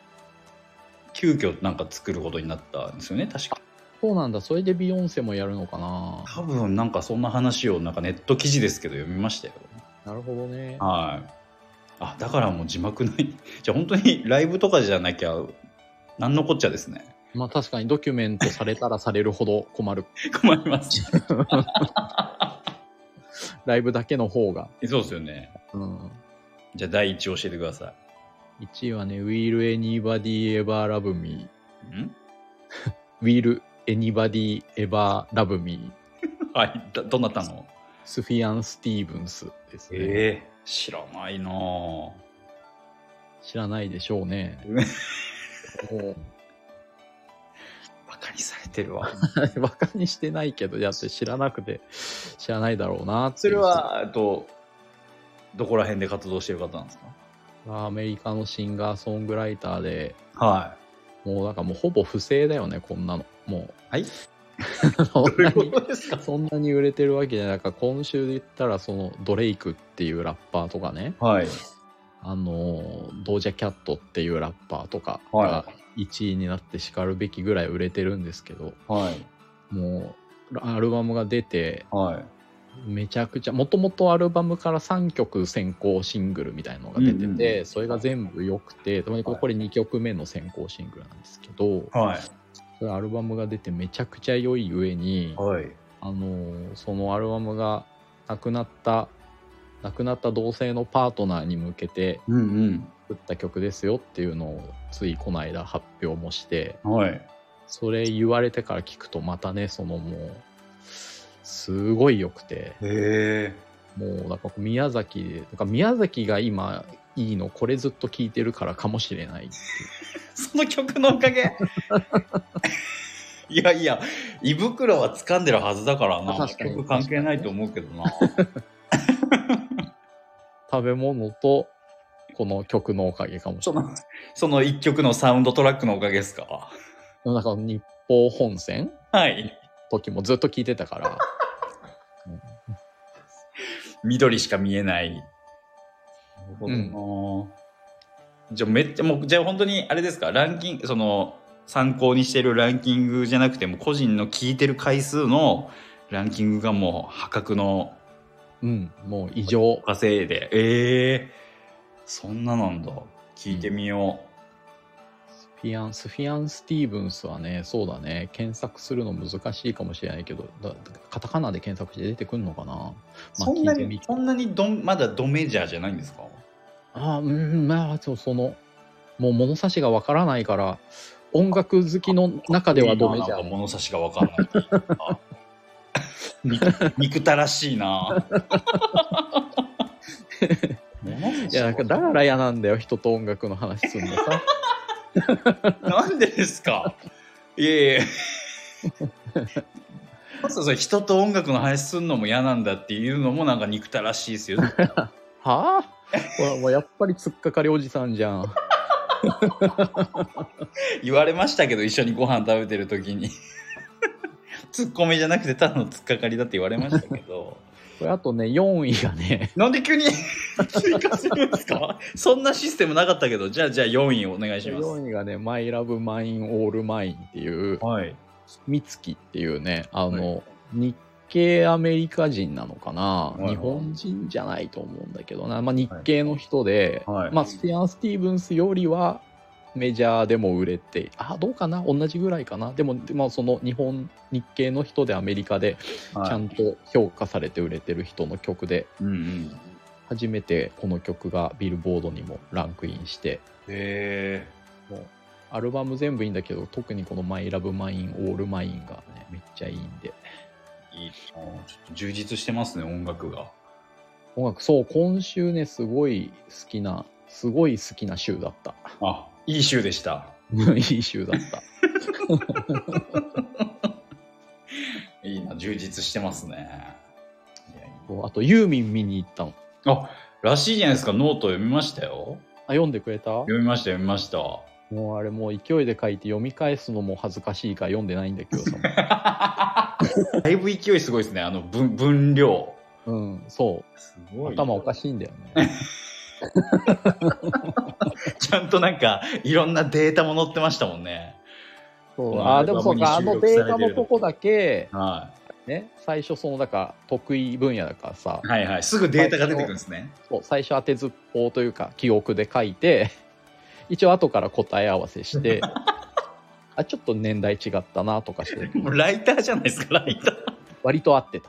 Speaker 1: 急遽なんか作ることになったんですよね、確か。
Speaker 2: そうなんだ。それでビヨンセもやるのかな。
Speaker 1: 多分なんかそんな話をなんかネット記事ですけど読みましたよ。
Speaker 2: なるほどね。
Speaker 1: はい。あ、だからもう字幕ない。じゃあ本当にライブとかじゃなきゃ、なんのこっちゃですね。
Speaker 2: まあ確かにドキュメントされたらされるほど困る。
Speaker 1: 困ります。
Speaker 2: ライブだけの方が。
Speaker 1: そうですよね。
Speaker 2: うん。
Speaker 1: じゃあ第一位教えてくださ
Speaker 2: 1位はね、Will Anybody Ever Love Me?Will
Speaker 1: い。ん
Speaker 2: Anybody Ever Love Me?
Speaker 1: はい、どどなたの
Speaker 2: スフィアン・スティーブンスですね。
Speaker 1: え知らないなぁ
Speaker 2: 知らないでしょ うね。
Speaker 1: バカにされてるわ。
Speaker 2: バカにしてないけど、やって知らなくて、知らないだろうなって
Speaker 1: そ
Speaker 2: いう
Speaker 1: れ、は、えっと、どこら辺で活動してる方なんです
Speaker 2: アメリカのシンガーソングライターで、
Speaker 1: かは
Speaker 2: もうなんかもうほぼ不正だよね、こんなの。もう。
Speaker 1: はい
Speaker 2: そ
Speaker 1: ど
Speaker 2: んな
Speaker 1: うい
Speaker 2: に
Speaker 1: う、ことですか
Speaker 2: そんなに売れてるわけじゃない。なんか今週で言ったら、そのドレイクっていうラッパーとかね、
Speaker 1: はい。
Speaker 2: あの、ドージャキャットっていうラッパーとかが
Speaker 1: は
Speaker 2: 1位になって叱るべきぐらい売れてるんですけど、
Speaker 1: はい。
Speaker 2: もう、アルバムが出て、
Speaker 1: はい。
Speaker 2: めちゃくちゃもともとアルバムから3曲先行シングルみたいなのが出てて、
Speaker 1: うんう
Speaker 2: それが全部良くて特にこ
Speaker 1: はい
Speaker 2: これ2曲目の先行シングルなんですけど、
Speaker 1: はい。
Speaker 2: それアルバムが出てめちゃくちゃ良い上に、
Speaker 1: はい。
Speaker 2: あのーそのアルバムが亡くなった亡くなった同性のパートナーに向けて
Speaker 1: うん
Speaker 2: 作った曲ですよっていうのをついこの間発表もして
Speaker 1: うん。はい。
Speaker 2: それ言われてから聞くとまたねそのもうすごい良くて。
Speaker 1: へえ。
Speaker 2: もうだから宮崎で、だから宮崎が今いいの、これずっと聴いてるからかもしれない。
Speaker 1: その曲のおかげ いやいや、胃袋は掴んでるはずだからな。
Speaker 2: 確かに
Speaker 1: 曲関係ないと思うけど な。
Speaker 2: 食べ物とこの曲のおかげかもし
Speaker 1: そ
Speaker 2: れない。
Speaker 1: の、その一曲のサウンドトラックのおかげですか
Speaker 2: だから日報本線
Speaker 1: はい。
Speaker 2: 時もずっと聴いてたから、
Speaker 1: 緑しか見えない。なるほどな、じゃあめっちゃ、もう、じゃあ本当にあれですかランキング、その、参考にしてるランキングじゃなくても、個人の聞いてる回数のランキングがもう破格の
Speaker 2: うん、もう異常。
Speaker 1: 稼いで。ええそんななんだ。聞いてみよ
Speaker 2: スフィアンス、フィアン・スティーブンスはね、そうだね、検索するの難しいかもしれないけど、だカタカナで検索して出てくるのかな
Speaker 1: う。
Speaker 2: まあ
Speaker 1: そんな
Speaker 2: 聞いて
Speaker 1: に
Speaker 2: み、
Speaker 1: そんなにどん、まだドメジャーじゃないんですか
Speaker 2: ああ、うん、まあ、そうその、もう物差しがわからないから、音楽好きの中ではドメジ
Speaker 1: いいな
Speaker 2: ャ
Speaker 1: なんか
Speaker 2: ー。
Speaker 1: 物差しがわかんない あ。憎憎たらしい な。
Speaker 2: いや、だからだ
Speaker 1: ら
Speaker 2: から嫌なんだよ、人と音楽の話するの さ。
Speaker 1: なんでですかい やいや。まずそれ人と音楽の話するのも嫌なんだっていうのもなんか憎たらしい ですよ。
Speaker 2: はあほらもうやっぱり突っかかりおじさんじゃん。
Speaker 1: 言われましたけど一緒にご飯食べてる時に ツッコミじゃなくてただの突っかかりだって言われましたけど
Speaker 2: これあとね、4位がね、
Speaker 1: なんで急に 追加するんですかそんなシステムなかったけどじゃあじゃあ4位お願いします
Speaker 2: 4位がね、マイラブマインオールマインっていう、
Speaker 1: はい
Speaker 2: 美月っていうね、あの、
Speaker 1: は
Speaker 2: 日系アメリカ人なのかな、
Speaker 1: はいはい
Speaker 2: 日本人じゃないと思うんだけどな、まあ、日系の人で、
Speaker 1: はい
Speaker 2: まあ、スティアン・スティーブンスよりはメジャーでも売れて、あ、どうかな同じぐらいかなでも、でまあ、その日本、日系の人でアメリカで
Speaker 1: はい
Speaker 2: ちゃんと評価されて売れてる人の曲で、
Speaker 1: うんうん
Speaker 2: 初めてこの曲がビルボードにもランクインして、
Speaker 1: へ
Speaker 2: もうアルバム全部いいんだけど、特にこの My Love Mine, All Mine がね、めっちゃいいんで。
Speaker 1: えいいなちょっと充実してますね音楽が
Speaker 2: 音楽、そう、今週ね、すごい好きな、すごい好きな週だった。
Speaker 1: あいい週でした
Speaker 2: いい週だった。
Speaker 1: いいな充実してますねいやいい
Speaker 2: そうあと、ユーミン見に行ったの。
Speaker 1: あらしいじゃないですかノート読みましたよ
Speaker 2: あ、読んでくれた
Speaker 1: 読みました読みました
Speaker 2: もうあれもう勢いで書いて読み返すのも恥ずかしいから読んでないんだけどさ。
Speaker 1: だいぶ勢いすごいですね、あの分分量。
Speaker 2: うん、そ
Speaker 1: す
Speaker 2: う。
Speaker 1: ご
Speaker 2: 頭おかしいんだよね。
Speaker 1: ちゃんとなんか、いろんなデータも載ってましたもんね。
Speaker 2: そうう。
Speaker 1: ん
Speaker 2: ああ、でもそうか、
Speaker 1: ア
Speaker 2: あ
Speaker 1: ルバムに
Speaker 2: の
Speaker 1: 収録
Speaker 2: デ
Speaker 1: されて
Speaker 2: ー
Speaker 1: る
Speaker 2: タのとこだけ、
Speaker 1: は
Speaker 2: ね、最初その、だから得意分野だからさ
Speaker 1: い。、はいはい。すぐデータが出てくるんですね。
Speaker 2: そう最初当てずっぽうというか、記憶で書いて、 一応後から答え合わせ して、あ、ちょっと年代違ったなとかして、
Speaker 1: もうライターじゃないですか、ライター。
Speaker 2: 割と合って
Speaker 1: さ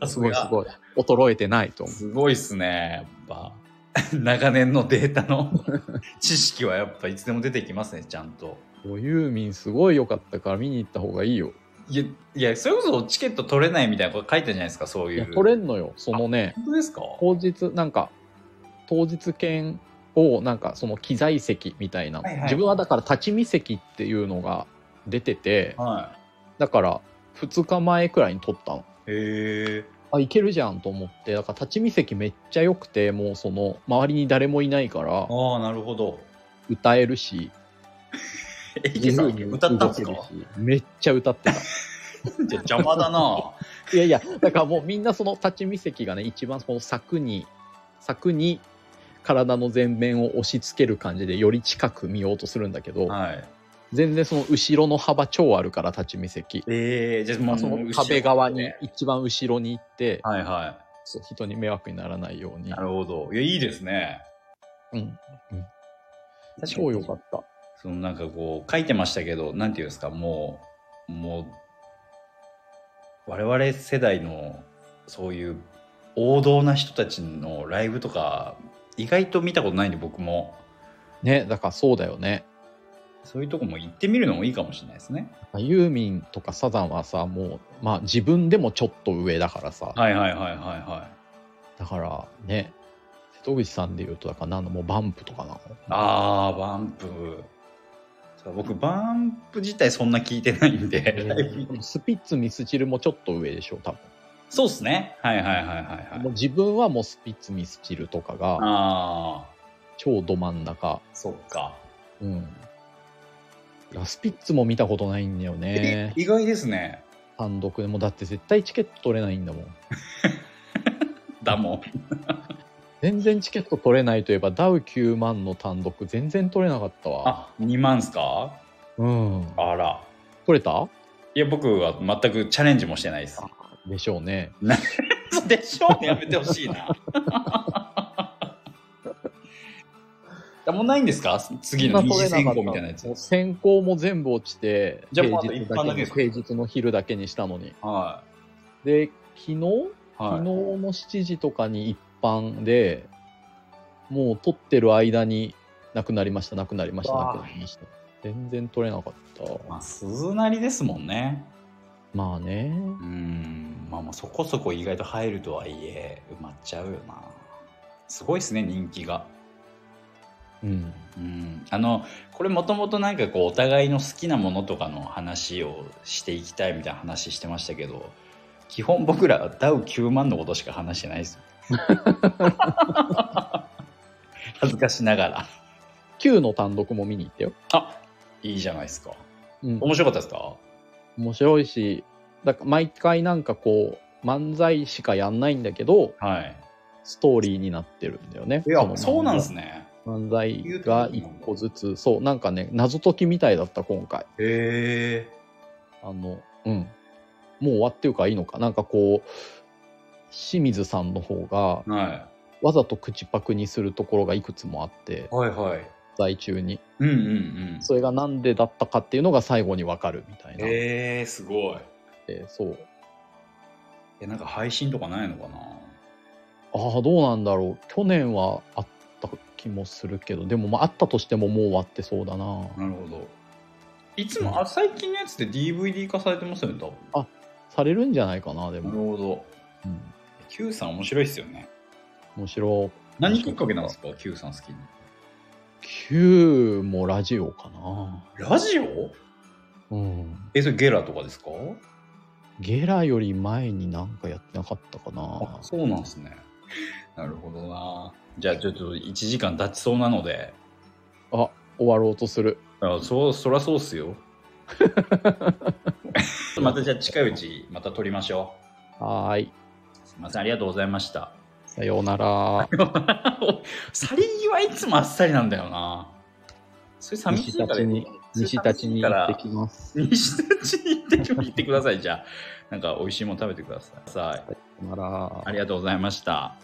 Speaker 2: た。
Speaker 1: す
Speaker 2: す
Speaker 1: が
Speaker 2: ごいすごい。衰えてないと思う。
Speaker 1: すごいっすね、やっぱ。長年のデータ の知識はやっぱいつでも出てきますね、ちゃんと。
Speaker 2: そうユーミンすごい良かったから見に行った方がいいよ。
Speaker 1: いや、いやそれこそチケット取れないみたいなこと書いてたじゃないですか、そう
Speaker 2: い
Speaker 1: い
Speaker 2: や
Speaker 1: う。
Speaker 2: 取れんのよ、そのね。
Speaker 1: 本当ですか
Speaker 2: 当日なんか当日券をなんかその機材席みたいな、
Speaker 1: はいはい
Speaker 2: 自分はだから立ち見席っていうのが出てて
Speaker 1: は
Speaker 2: だから2日前くらいに取ったの
Speaker 1: い。へえ。
Speaker 2: あいけるじゃんと思ってだから立ち見席めっちゃ良くてもうその周りに誰もいないから
Speaker 1: ああ、なるほど。
Speaker 2: 歌えるし
Speaker 1: え、池さん、
Speaker 2: 自由に
Speaker 1: 歌ったんすか
Speaker 2: 動けるしめっちゃ歌ってた
Speaker 1: じゃ邪魔だな。
Speaker 2: いやいや、だからもうみんなその立ち見席がね、一番その柵に、柵に体の前面を押し付ける感じでより近く見ようとするんだけど、
Speaker 1: はい。
Speaker 2: 全然その後ろの幅超あるから立ち見席。
Speaker 1: ええじゃあ、まあ、
Speaker 2: そ
Speaker 1: もう後
Speaker 2: の
Speaker 1: ろ
Speaker 2: 壁側に、一番後ろに行って、
Speaker 1: はいは
Speaker 2: そう人に迷惑にならないよう
Speaker 1: い。
Speaker 2: に
Speaker 1: な。るほど。いや、いいですね。
Speaker 2: うん。
Speaker 1: 確かに
Speaker 2: 超良かった。
Speaker 1: そのなんかこう書いてましたけどなんていうんですかもうもう我々世代のそういう王道な人たちのライブとか意外と見たことないんで僕も
Speaker 2: ね、だからそうだよね。
Speaker 1: そういうとこも行ってみるのもいいかもしれないですね
Speaker 2: ユーミンとかサザンはさ、もう、まあ自分でもちょっと上だからさ、
Speaker 1: はいはいはいはいはい
Speaker 2: だからね、瀬戸口さんで言うと、だからなんだ、もうバンプとかなの
Speaker 1: あーバンプそう僕バンプ自体そんな聞いてないんで、ライブ
Speaker 2: スピッツ、ミスチルもちょっと上でしょ、多分。
Speaker 1: そうっすねはいはいはいはい
Speaker 2: も
Speaker 1: は
Speaker 2: う
Speaker 1: い
Speaker 2: 自分はもうスピッツ、ミスチルとかが
Speaker 1: ああ
Speaker 2: 超ど真ん中。
Speaker 1: そっか
Speaker 2: うん。いやスピッツも見たことないんだよね。
Speaker 1: 意外ですね
Speaker 2: 単独でも、だって絶対チケット取れないんだもん。
Speaker 1: だもん
Speaker 2: 全然チケット取れないといえば、ダウ9万の単独全然取れなかったわ。
Speaker 1: あ2万っすか
Speaker 2: うん。
Speaker 1: あら。
Speaker 2: 取れた
Speaker 1: いや、僕は全くチャレンジもしてないです。
Speaker 2: でしょうね。
Speaker 1: でしょやめてほしい な。だもうないんですか次の二次選考みたいなやつ。
Speaker 2: もう選考も全部落ちて、
Speaker 1: じゃあもうあと
Speaker 2: 平日
Speaker 1: 一般だけで
Speaker 2: に
Speaker 1: すか
Speaker 2: 平日の昼だけにしたのに。
Speaker 1: は
Speaker 2: で、昨日、
Speaker 1: い。は
Speaker 2: 昨日
Speaker 1: い。
Speaker 2: の7時とかに一般で、もう撮ってる間になくなりました、なくなりました、
Speaker 1: うわ
Speaker 2: なくなりました。全然撮れなかった。
Speaker 1: まあ、鈴なりですもんね。
Speaker 2: まあね。
Speaker 1: うん。まあ、もうそこそこ意外と入るとはいえ、埋まっちゃうよな。すごいですね、人気が。
Speaker 2: うん。
Speaker 1: うん、あのこれもともとなんかこうお互いの好きなものとかの話をしていきたいみたいな話してましたけど基本僕らダウ9万のことしか話してないですよ 恥ずかしながら
Speaker 2: Q の単独も見に行ったよ。
Speaker 1: あいいじゃないですか
Speaker 2: うん。
Speaker 1: 面白かったですか
Speaker 2: 面白いし、だから毎回なんかこう、漫才しかやんないんだけど、
Speaker 1: はい
Speaker 2: ストーリーになってるんだよね。
Speaker 1: い
Speaker 2: の
Speaker 1: やそうなんですね
Speaker 2: 漫才が一個ずつ、そう、なんかね、謎解きみたいだった、今回。
Speaker 1: へえ
Speaker 2: あの、うん。もう終わってるからいいのか。なんかこう、清水さんの方が、
Speaker 1: は
Speaker 2: わざと口パクにするところがいくつもあって
Speaker 1: い、、はいはい
Speaker 2: 在中に。
Speaker 1: うんうんうん
Speaker 2: それがなんでだったかっていうのが最後にわかるみたいな。
Speaker 1: へえすごい
Speaker 2: えーそう。
Speaker 1: えなんか配信とかないのかな
Speaker 2: ああ、どうなんだろう。去年はあった気もするけど、でもまああったとしてももう終わってそうだな。
Speaker 1: なるほど。いつも、あ最近のやつって DVD 化されてますよね、多分。
Speaker 2: されるんじゃないかな、で
Speaker 1: なる
Speaker 2: も。
Speaker 1: ほど。
Speaker 2: うん。
Speaker 1: Q さん面白いっすよね。
Speaker 2: むしろ、
Speaker 1: 何きっかけなんですか、Q さん好きに。
Speaker 2: Q もラジオかな。
Speaker 1: ラジオ
Speaker 2: うん。
Speaker 1: え、それゲラとかですか
Speaker 2: ゲラより前になんかやってなかったかな
Speaker 1: あ、。そうなんですね。なるほどな。じゃあ、ちょっと1時間経ちそうなので、
Speaker 2: あ、終わろうとする。
Speaker 1: あそうそらそうっす よ。またじゃあ近いうちまた撮りましょ
Speaker 2: はーい。
Speaker 1: う。すいません、ありがとうございました。
Speaker 2: さようなら。
Speaker 1: 去り際いつもあっさりなんだよな。それ寂しいから
Speaker 2: 西立ちに西たちに行ってきます。
Speaker 1: 西たちに行ってき行ってください。じゃあ、なんか美味しいもの食べてください。さあ
Speaker 2: さようなら
Speaker 1: あ。りがとうございました。